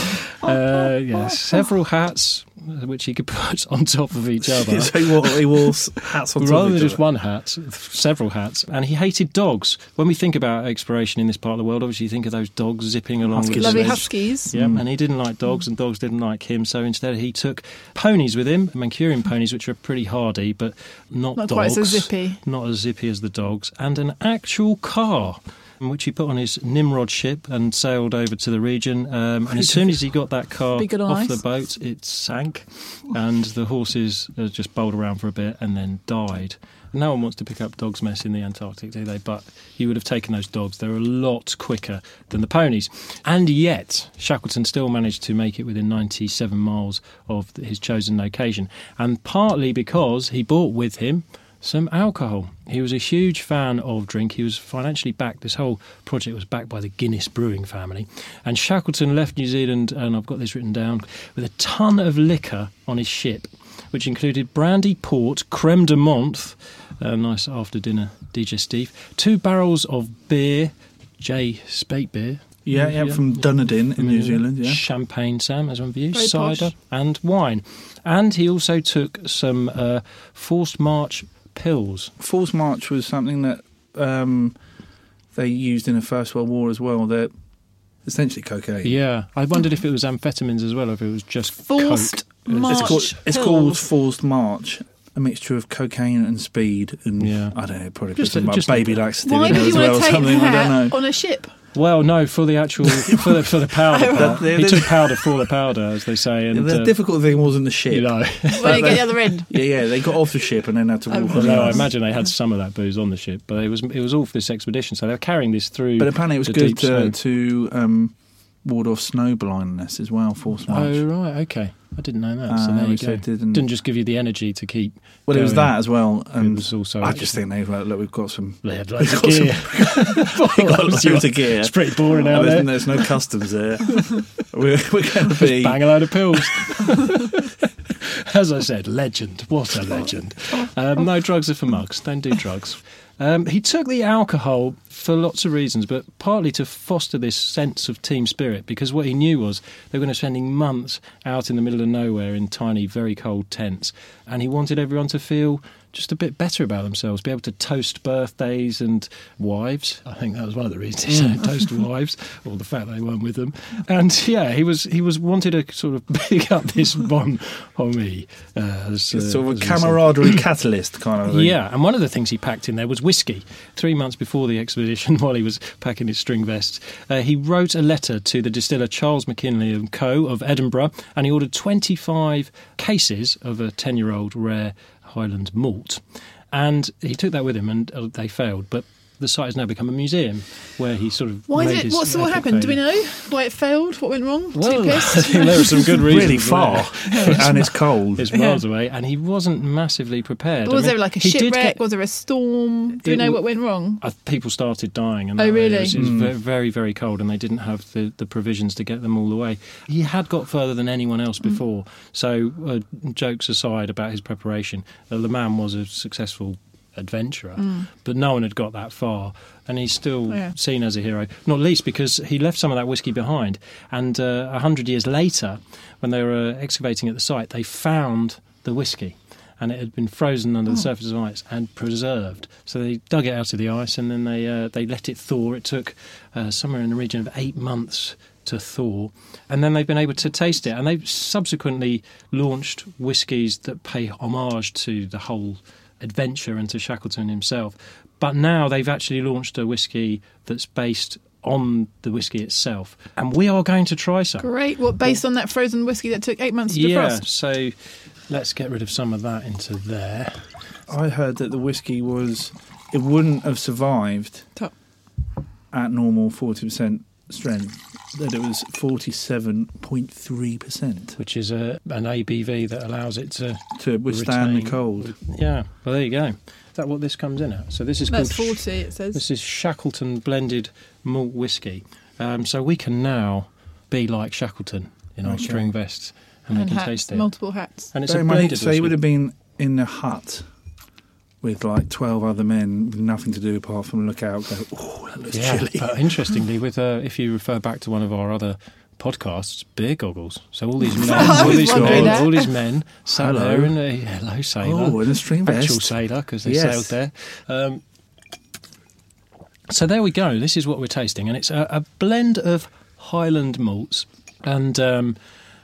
Speaker 3: uh, yeah, several hats, uh, which he could *laughs* put on top of each
Speaker 4: *laughs*
Speaker 3: other.
Speaker 4: so he wore, he wore s- hats on top
Speaker 3: Rather
Speaker 4: of
Speaker 3: than
Speaker 4: each
Speaker 3: just
Speaker 4: other.
Speaker 3: one hat, several hats, and he hated dogs. When we think about exploration in this part of the world, obviously you think of those dogs zipping along
Speaker 4: Huskies.
Speaker 3: with
Speaker 2: Lovely
Speaker 3: sleds.
Speaker 2: huskies.
Speaker 3: Yeah, and he didn't like dogs, and dogs didn't like him. So instead, he took ponies with him, Mancurian ponies, which are pretty hardy, but not,
Speaker 2: Not
Speaker 3: dogs.
Speaker 2: quite so zippy.
Speaker 3: Not as zippy as the dogs, and an actual car. Which he put on his Nimrod ship and sailed over to the region. Um, and as soon as he got that car
Speaker 2: Big and
Speaker 3: off
Speaker 2: nice.
Speaker 3: the boat, it sank, and the horses uh, just bowled around for a bit and then died. No one wants to pick up dogs' mess in the Antarctic, do they? But you would have taken those dogs. They're a lot quicker than the ponies. And yet, Shackleton still managed to make it within 97 miles of th- his chosen location. And partly because he brought with him some alcohol. He was a huge fan of drink. He was financially backed. This whole project was backed by the Guinness Brewing family. And Shackleton left New Zealand, and I've got this written down, with a ton of liquor on his ship, which included brandy, port, creme de menthe, a nice after dinner digestif, two barrels of beer, J. Spate beer. Mm.
Speaker 4: Yeah, yeah, from Dunedin in New Zealand. Yeah,
Speaker 3: Champagne, Sam, as one of you,
Speaker 2: Very posh.
Speaker 3: cider and wine. And he also took some uh, forced march pills.
Speaker 4: Falls March was something that um, they used in the First World War as well. They're essentially cocaine.
Speaker 3: Yeah, I wondered if it was amphetamines as well, or if it was just
Speaker 2: Forced
Speaker 3: coke.
Speaker 2: march.
Speaker 4: It's called, it's
Speaker 2: pills.
Speaker 4: called Forced March. A mixture of cocaine and speed, and
Speaker 3: Yeah.
Speaker 4: I don't know, probably
Speaker 3: Just-
Speaker 4: just, my
Speaker 3: just-
Speaker 4: baby laxative
Speaker 2: Why
Speaker 4: in there
Speaker 2: did
Speaker 4: as
Speaker 2: you
Speaker 4: well.
Speaker 2: want to take
Speaker 4: something I don't
Speaker 2: that
Speaker 4: know.
Speaker 2: on a ship?
Speaker 3: Well, no, for the actual for the, for the
Speaker 4: *laughs*
Speaker 3: powder. part.
Speaker 4: That-
Speaker 3: He took powder for the powder, as they say. And
Speaker 4: the
Speaker 3: uh,
Speaker 4: difficult thing wasn't the ship.
Speaker 3: you
Speaker 4: *laughs*
Speaker 3: know,
Speaker 2: Where do you get the other end? Oh,
Speaker 4: Yeah, yeah, they got off the ship and then had to walk. on the
Speaker 3: although I
Speaker 4: ice.
Speaker 3: imagine they had some of that booze on the ship, but it was it was all for this expedition, so they were carrying this through.
Speaker 4: But apparently, it was
Speaker 3: the
Speaker 4: good uh,
Speaker 3: deep
Speaker 4: to,
Speaker 3: snow.
Speaker 4: to um, ward off snow blindness as well. Force March.
Speaker 3: Oh right, okay. I didn't know that. so
Speaker 4: Uh,
Speaker 3: there you
Speaker 4: which
Speaker 3: go.
Speaker 4: they didn't-
Speaker 3: just give you the energy to keep.
Speaker 4: well, it was
Speaker 3: going.
Speaker 4: that as well. And
Speaker 3: was also
Speaker 4: I
Speaker 3: actually-
Speaker 4: just think they were like, look, we've
Speaker 3: *laughs*
Speaker 4: got some.
Speaker 3: They
Speaker 4: *laughs*
Speaker 3: had loads of
Speaker 4: Got some- *laughs*
Speaker 3: gear. *laughs*
Speaker 4: got
Speaker 3: Obviously,
Speaker 4: loads of gear. Oh,
Speaker 3: It's pretty boring out
Speaker 4: there's,
Speaker 3: there.
Speaker 4: there's no
Speaker 3: *laughs*
Speaker 4: customs there. we're we're going to be.
Speaker 3: bang a load of pills. *laughs* As I said, legend. What a legend. Um, no drugs are for mugs. Don't do drugs. Um, he took the alcohol for lots of reasons, but partly to foster this sense of team spirit because what he knew was they were going to spending months out in the middle of nowhere in tiny, very cold tents, and he wanted everyone to feel just a bit better about themselves, be able to toast birthdays and wives. I think that was one of the reasons he said
Speaker 4: *laughs*
Speaker 3: toast wives, or the fact they weren't with them. And yeah, he was he was wanted to sort of *laughs* pick up
Speaker 4: *laughs*
Speaker 3: this bon homie. Uh, as,
Speaker 4: It's
Speaker 3: uh,
Speaker 4: sort of
Speaker 3: as
Speaker 4: a
Speaker 3: we said.
Speaker 4: camaraderie *coughs* catalyst kind of thing.
Speaker 3: Yeah, and one of the things he packed in there was whiskey. Three months before the expedition, *laughs* while he was packing his string vest, uh, he wrote a letter to the distiller Charles McKinley and Co. of Edinburgh, and he ordered 25 cases of a 10 year old rare Highland malt. And he took that with him, and uh, they failed. But the site has now become a museum where he sort of.
Speaker 2: Why
Speaker 3: made
Speaker 2: did it?
Speaker 3: his
Speaker 2: What's what
Speaker 3: epic
Speaker 2: happened? Do we
Speaker 3: failure.
Speaker 2: know why it failed? What went wrong?
Speaker 3: Well, *laughs*
Speaker 2: Too
Speaker 3: I
Speaker 2: pissed.
Speaker 3: think there were some
Speaker 2: *laughs*
Speaker 3: good reasons.
Speaker 4: *laughs* really
Speaker 3: there.
Speaker 4: far, *laughs* and it's
Speaker 3: *laughs*
Speaker 4: cold.
Speaker 3: It's miles away, and he wasn't massively prepared. I
Speaker 2: was
Speaker 3: mean,
Speaker 2: there like a
Speaker 3: he did
Speaker 2: shipwreck?
Speaker 3: get-
Speaker 2: Was there a storm? Do we
Speaker 3: It
Speaker 2: know
Speaker 3: w-
Speaker 2: what went wrong?
Speaker 3: uh, people started dying. And
Speaker 2: Oh,
Speaker 3: that way.
Speaker 2: really?
Speaker 3: It was, it was ve- very, very cold, and they didn't have the, the provisions to get them all away. He had got further than anyone else
Speaker 2: Hmm.
Speaker 3: before. So, uh, jokes aside about his preparation, uh, the man was a successful adventurer, but no one had got that far. And he's still
Speaker 2: Hmm. Oh, Yeah.
Speaker 3: seen as a hero, not least because he left some of that whiskey behind. And uh, a hundred years later, when they were uh, excavating at the site, they found the whiskey. And it had been frozen under the surface of ice and preserved. So they dug it out of the ice and then they uh, they let it thaw. It took uh, somewhere in the region of eight months to thaw, and then they've been able to taste it. And they've subsequently launched whiskies that pay homage to the whole adventure and to Shackleton himself. But now they've actually launched a whiskey that's based on the whiskey itself, and we are going to try some.
Speaker 2: Great. What based on that frozen whiskey that took eight months to
Speaker 3: Yeah,
Speaker 2: defrost?
Speaker 3: so let's get rid of some of that into there.
Speaker 4: I heard that the whiskey was it wouldn't have survived
Speaker 2: Top.
Speaker 4: at normal forty percent strength. That it was forty-seven point three percent
Speaker 3: Which is a an ABV that allows it to
Speaker 4: to withstand the
Speaker 3: Retain.
Speaker 4: cold.
Speaker 3: yeah. Well, there you go. Is that what this comes in at? So this is
Speaker 2: That's
Speaker 3: called sh-
Speaker 2: forty. It says.
Speaker 3: This is Shackleton blended malt whiskey. Um, so we can now be like Shackleton in our
Speaker 4: Okay.
Speaker 3: string vests, and,
Speaker 2: and
Speaker 3: we can
Speaker 2: hats,
Speaker 3: taste it.
Speaker 2: multiple hats.
Speaker 3: And it's
Speaker 4: Bear
Speaker 3: a
Speaker 4: in mind,
Speaker 3: blended
Speaker 4: so he would
Speaker 3: whiskey.
Speaker 4: have been in a hut with like twelve other men with nothing to do apart from look out. Go, oh, that looks
Speaker 3: yeah,
Speaker 4: chilly.
Speaker 3: but interestingly, with uh, if you refer back to one of our other podcasts, beer goggles. So all
Speaker 2: *laughs*
Speaker 3: these men,
Speaker 2: I
Speaker 3: all
Speaker 2: was
Speaker 3: these
Speaker 2: wondering
Speaker 3: men,
Speaker 2: that.
Speaker 3: all these men sat
Speaker 4: Hello.
Speaker 3: there in a hello sailor,
Speaker 4: Oh, in a string
Speaker 3: actual
Speaker 4: vest.
Speaker 3: sailor because they
Speaker 4: Yes.
Speaker 3: sailed there. Um, so there we go. This is what we're tasting, and it's a, a blend of Highland malts, and um,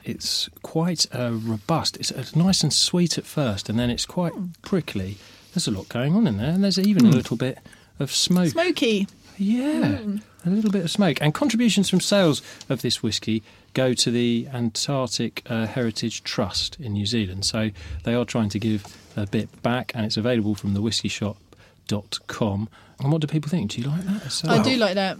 Speaker 3: it's quite uh, robust. It's, it's nice and sweet at first, and then it's quite prickly. There's a lot going on in there, and there's even a little bit of smoke.
Speaker 2: Smoky.
Speaker 3: Yeah,
Speaker 2: Hmm.
Speaker 3: a little bit of smoke. And contributions from sales of this whisky go to the Antarctic uh, Heritage Trust in New Zealand. So they are trying to give a bit back, and it's available from the whiskyshop.com. And what do people think? Do you like that? So,
Speaker 2: I do like that.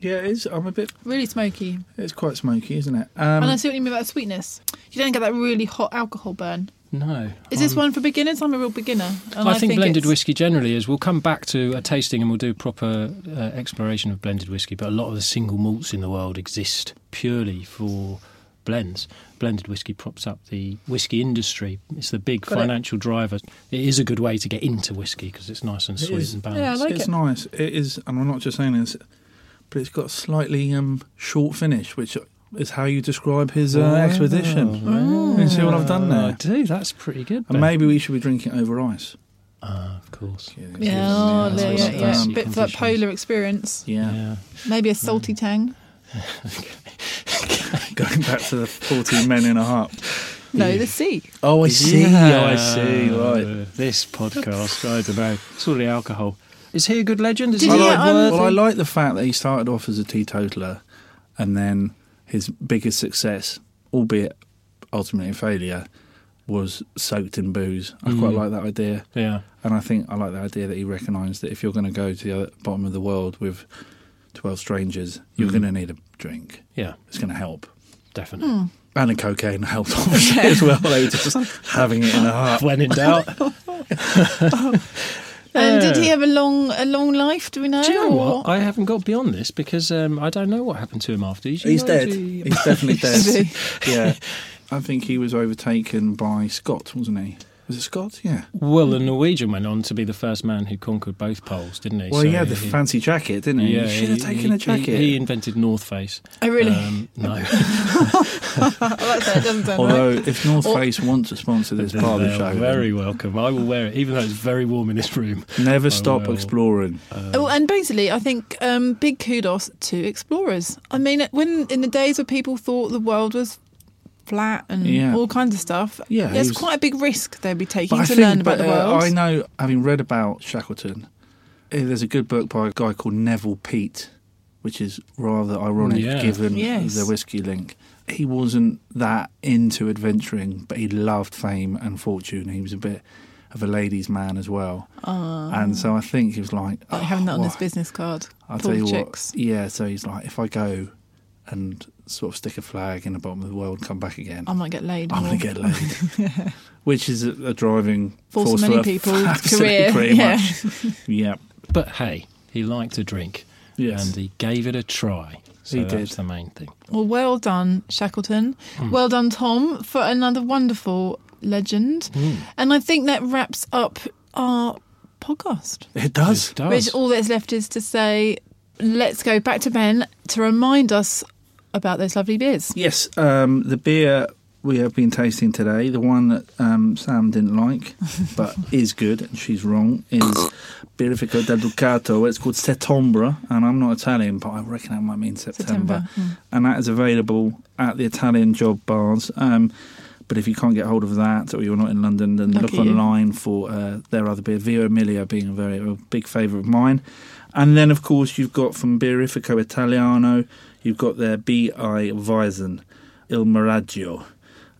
Speaker 4: yeah, it is. I'm a bit.
Speaker 2: Really smoky.
Speaker 4: It's quite smoky, isn't it?
Speaker 2: and I
Speaker 4: Um,
Speaker 2: see what you mean about sweetness. You don't get that really hot alcohol burn.
Speaker 3: No.
Speaker 2: Is this
Speaker 3: I'm-
Speaker 2: one for beginners? I'm a real beginner. And
Speaker 3: I, think, blended
Speaker 2: it's-
Speaker 3: whiskey generally is. We'll come back to a tasting and we'll do proper uh, exploration of blended whiskey. But a lot of the single malts in the world exist purely for blends. Blended whiskey props up the whiskey industry. It's the big
Speaker 4: Got it.
Speaker 3: financial driver. It is a good way to get into whiskey because it's nice and
Speaker 4: It
Speaker 3: sweet
Speaker 4: is.
Speaker 3: and
Speaker 2: Yeah, I
Speaker 3: balanced.
Speaker 2: like
Speaker 4: it's
Speaker 2: it.
Speaker 4: nice. It is, and I'm not just saying this, but it's got a slightly um, short finish, which is how you describe his uh, expedition. You see what I've done there?
Speaker 3: I do. That's pretty good.
Speaker 4: And
Speaker 3: Ben.
Speaker 4: maybe we should be drinking over ice.
Speaker 3: Ah, of course.
Speaker 2: Yeah, oh,
Speaker 3: Yeah,
Speaker 2: yeah,
Speaker 3: it's
Speaker 2: yeah,
Speaker 3: got
Speaker 2: yeah.
Speaker 3: fancy
Speaker 2: bit for that
Speaker 3: conditions.
Speaker 2: polar experience.
Speaker 4: Yeah. *laughs* Mm.
Speaker 3: yeah.
Speaker 2: Maybe a salty tang.
Speaker 4: Going back to the 14 men in a hut.
Speaker 2: No, the sea.
Speaker 4: Oh, I see.
Speaker 3: Yeah.
Speaker 4: Oh, I see. Right.
Speaker 3: This podcast, I don't know. It's all the alcohol. Is he a good legend? Is
Speaker 2: Did
Speaker 3: he
Speaker 4: I
Speaker 2: he- um,
Speaker 3: a
Speaker 4: like,
Speaker 3: good
Speaker 2: Yeah,
Speaker 3: word?
Speaker 2: I'm-
Speaker 4: well, I like the fact that he started off as a teetotaler and then his biggest success, albeit ultimately a failure, was soaked in booze. I quite
Speaker 3: Mm.
Speaker 4: like that idea.
Speaker 3: Yeah.
Speaker 4: And I think I like the idea that he recognised that if you're going to go to the other, bottom of the world with 12 strangers, you're
Speaker 3: Mm.
Speaker 4: going to need a drink.
Speaker 3: Yeah.
Speaker 4: It's going to help.
Speaker 3: Definitely.
Speaker 2: Hmm.
Speaker 4: And the cocaine
Speaker 2: *laughs*
Speaker 4: helped obviously as well. They were just having it in a heart.
Speaker 3: When in *laughs* doubt. Do
Speaker 2: *laughs* And
Speaker 3: Yeah.
Speaker 2: did he have a long, a long life? Do we know?
Speaker 3: you know
Speaker 2: or-
Speaker 3: what? I haven't got beyond this because um, I don't know what happened to him after. Did you
Speaker 4: He's
Speaker 3: know-
Speaker 4: dead.
Speaker 3: did you-
Speaker 2: *laughs*
Speaker 4: He's definitely
Speaker 2: Is
Speaker 4: dead.
Speaker 2: he?
Speaker 4: yeah. I think he was overtaken by Scott, wasn't he? Was it Scott? Yeah.
Speaker 3: Well, the Norwegian went on to be the first man who conquered both poles, didn't he?
Speaker 4: Well,
Speaker 3: So
Speaker 4: he had the
Speaker 3: he-
Speaker 4: fancy jacket, didn't he?
Speaker 3: yeah,
Speaker 4: you should have taken
Speaker 3: he-
Speaker 4: a jacket.
Speaker 3: He, he invented North Face. Um,
Speaker 2: Oh, really?
Speaker 4: *laughs*
Speaker 3: no.
Speaker 2: Well, that's it. it doesn't sound right.
Speaker 4: Um, Although, if North Face want to sponsor
Speaker 3: *laughs*
Speaker 4: this part of the
Speaker 3: They're
Speaker 4: show,
Speaker 3: Very welcome. I will wear it, even though it's very warm in this room.
Speaker 4: never
Speaker 3: I
Speaker 4: stop
Speaker 3: will.
Speaker 4: exploring.
Speaker 2: Oh, and basically, I think um, big kudos to explorers. I mean, when in the days where people thought the world was flat and
Speaker 4: Yeah.
Speaker 2: all kinds of stuff,
Speaker 4: Yeah,
Speaker 2: there's
Speaker 4: it was-
Speaker 2: quite a big risk they'd be taking
Speaker 4: But
Speaker 2: to
Speaker 4: I
Speaker 2: learn
Speaker 4: think,
Speaker 2: about the
Speaker 4: but, uh,
Speaker 2: world.
Speaker 4: I know, having read about Shackleton, eh, there's a good book by a guy called Neville Pete, which is rather ironic
Speaker 3: Yeah.
Speaker 4: given
Speaker 2: Yes.
Speaker 4: the whiskey link. He wasn't that into adventuring, but he loved fame and fortune. He was a bit of a ladies' man as well, and so I think he was like,
Speaker 2: Like Ah. having that on his
Speaker 4: "Oh,
Speaker 2: business card.
Speaker 4: I'll
Speaker 2: Pull
Speaker 4: tell you
Speaker 2: the
Speaker 4: what. Yeah, so he's like, if I go and sort of stick a flag in the bottom of the world, come back again,
Speaker 2: I might get laid.
Speaker 4: I'm going to
Speaker 2: more.
Speaker 4: get
Speaker 2: *laughs*
Speaker 4: laid. Which is a, a driving
Speaker 2: For so
Speaker 4: force
Speaker 2: many
Speaker 4: a- *laughs*
Speaker 2: people's
Speaker 4: absolutely,
Speaker 2: career,
Speaker 4: Pretty
Speaker 2: yeah.
Speaker 4: much. yeah.
Speaker 3: But hey, he liked to drink,
Speaker 4: Yes.
Speaker 3: and he gave it a try. So
Speaker 4: He
Speaker 3: that's
Speaker 4: did.
Speaker 3: the main thing.
Speaker 2: Well, well done, Shackleton. Well done, Tom, for another wonderful legend.
Speaker 4: Hmm.
Speaker 2: And I think that wraps up our podcast.
Speaker 4: It does.
Speaker 3: It does.
Speaker 2: Which all that's left is to say, let's go back to Ben to remind us about those lovely beers.
Speaker 4: Yes, um, the beer we have been tasting today, the one that um, Sam didn't
Speaker 2: *laughs*
Speaker 4: like, but is good, and she's wrong, is Birrifico del Ducato. It's called Settombra, and I'm not Italian, but I reckon that might mean September.
Speaker 2: September, mm.
Speaker 4: And that is available at the Italian job bars. Um, but if you can't get hold of that, or you're not in London, then
Speaker 2: Lucky
Speaker 4: look
Speaker 2: you.
Speaker 4: online for uh, their other beer, Via Emilia, being a very a big favourite of mine. And then, of course, you've got from Birrifico Italiano, you've got their B.I. Weizen, Il Miraggio.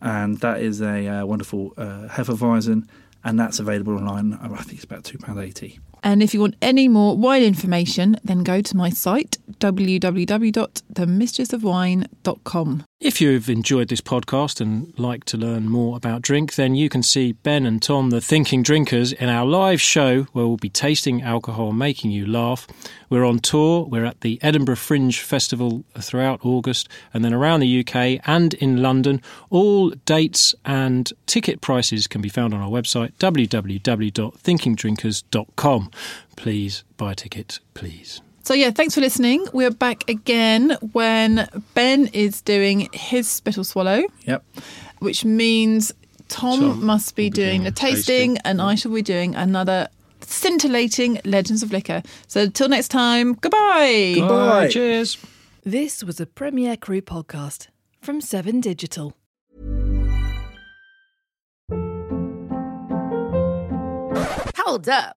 Speaker 4: And that is a uh, wonderful uh, Hefeweizen, and that's available online. I think it's about £2.80.
Speaker 2: And if you want any more wine information, then go to my site, www.themistressofwine.com.
Speaker 3: If you've enjoyed this podcast and like to learn more about drink, then you can see Ben and Tom, the Thinking Drinkers, in our live show where we'll be tasting alcohol, making you laugh. We're on tour, we're at the Edinburgh Fringe Festival throughout August, and then around the UK and in London. All dates and ticket prices can be found on our website, www.thinkingdrinkers.com. Please buy a ticket, please.
Speaker 2: So, yeah, thanks for listening. We're back again when Ben is doing his spittle swallow,
Speaker 4: Yep.
Speaker 2: which means Tom,
Speaker 3: Tom
Speaker 2: must be
Speaker 3: will be
Speaker 2: doing,
Speaker 3: doing
Speaker 2: the
Speaker 3: a
Speaker 2: tasting,
Speaker 3: tasting.
Speaker 2: and I shall be doing another scintillating Legends of Liquor. So, till next time, goodbye.
Speaker 4: Goodbye.
Speaker 3: Cheers.
Speaker 1: This was a Premiere Crew podcast from 7 Digital.
Speaker 5: Hold up.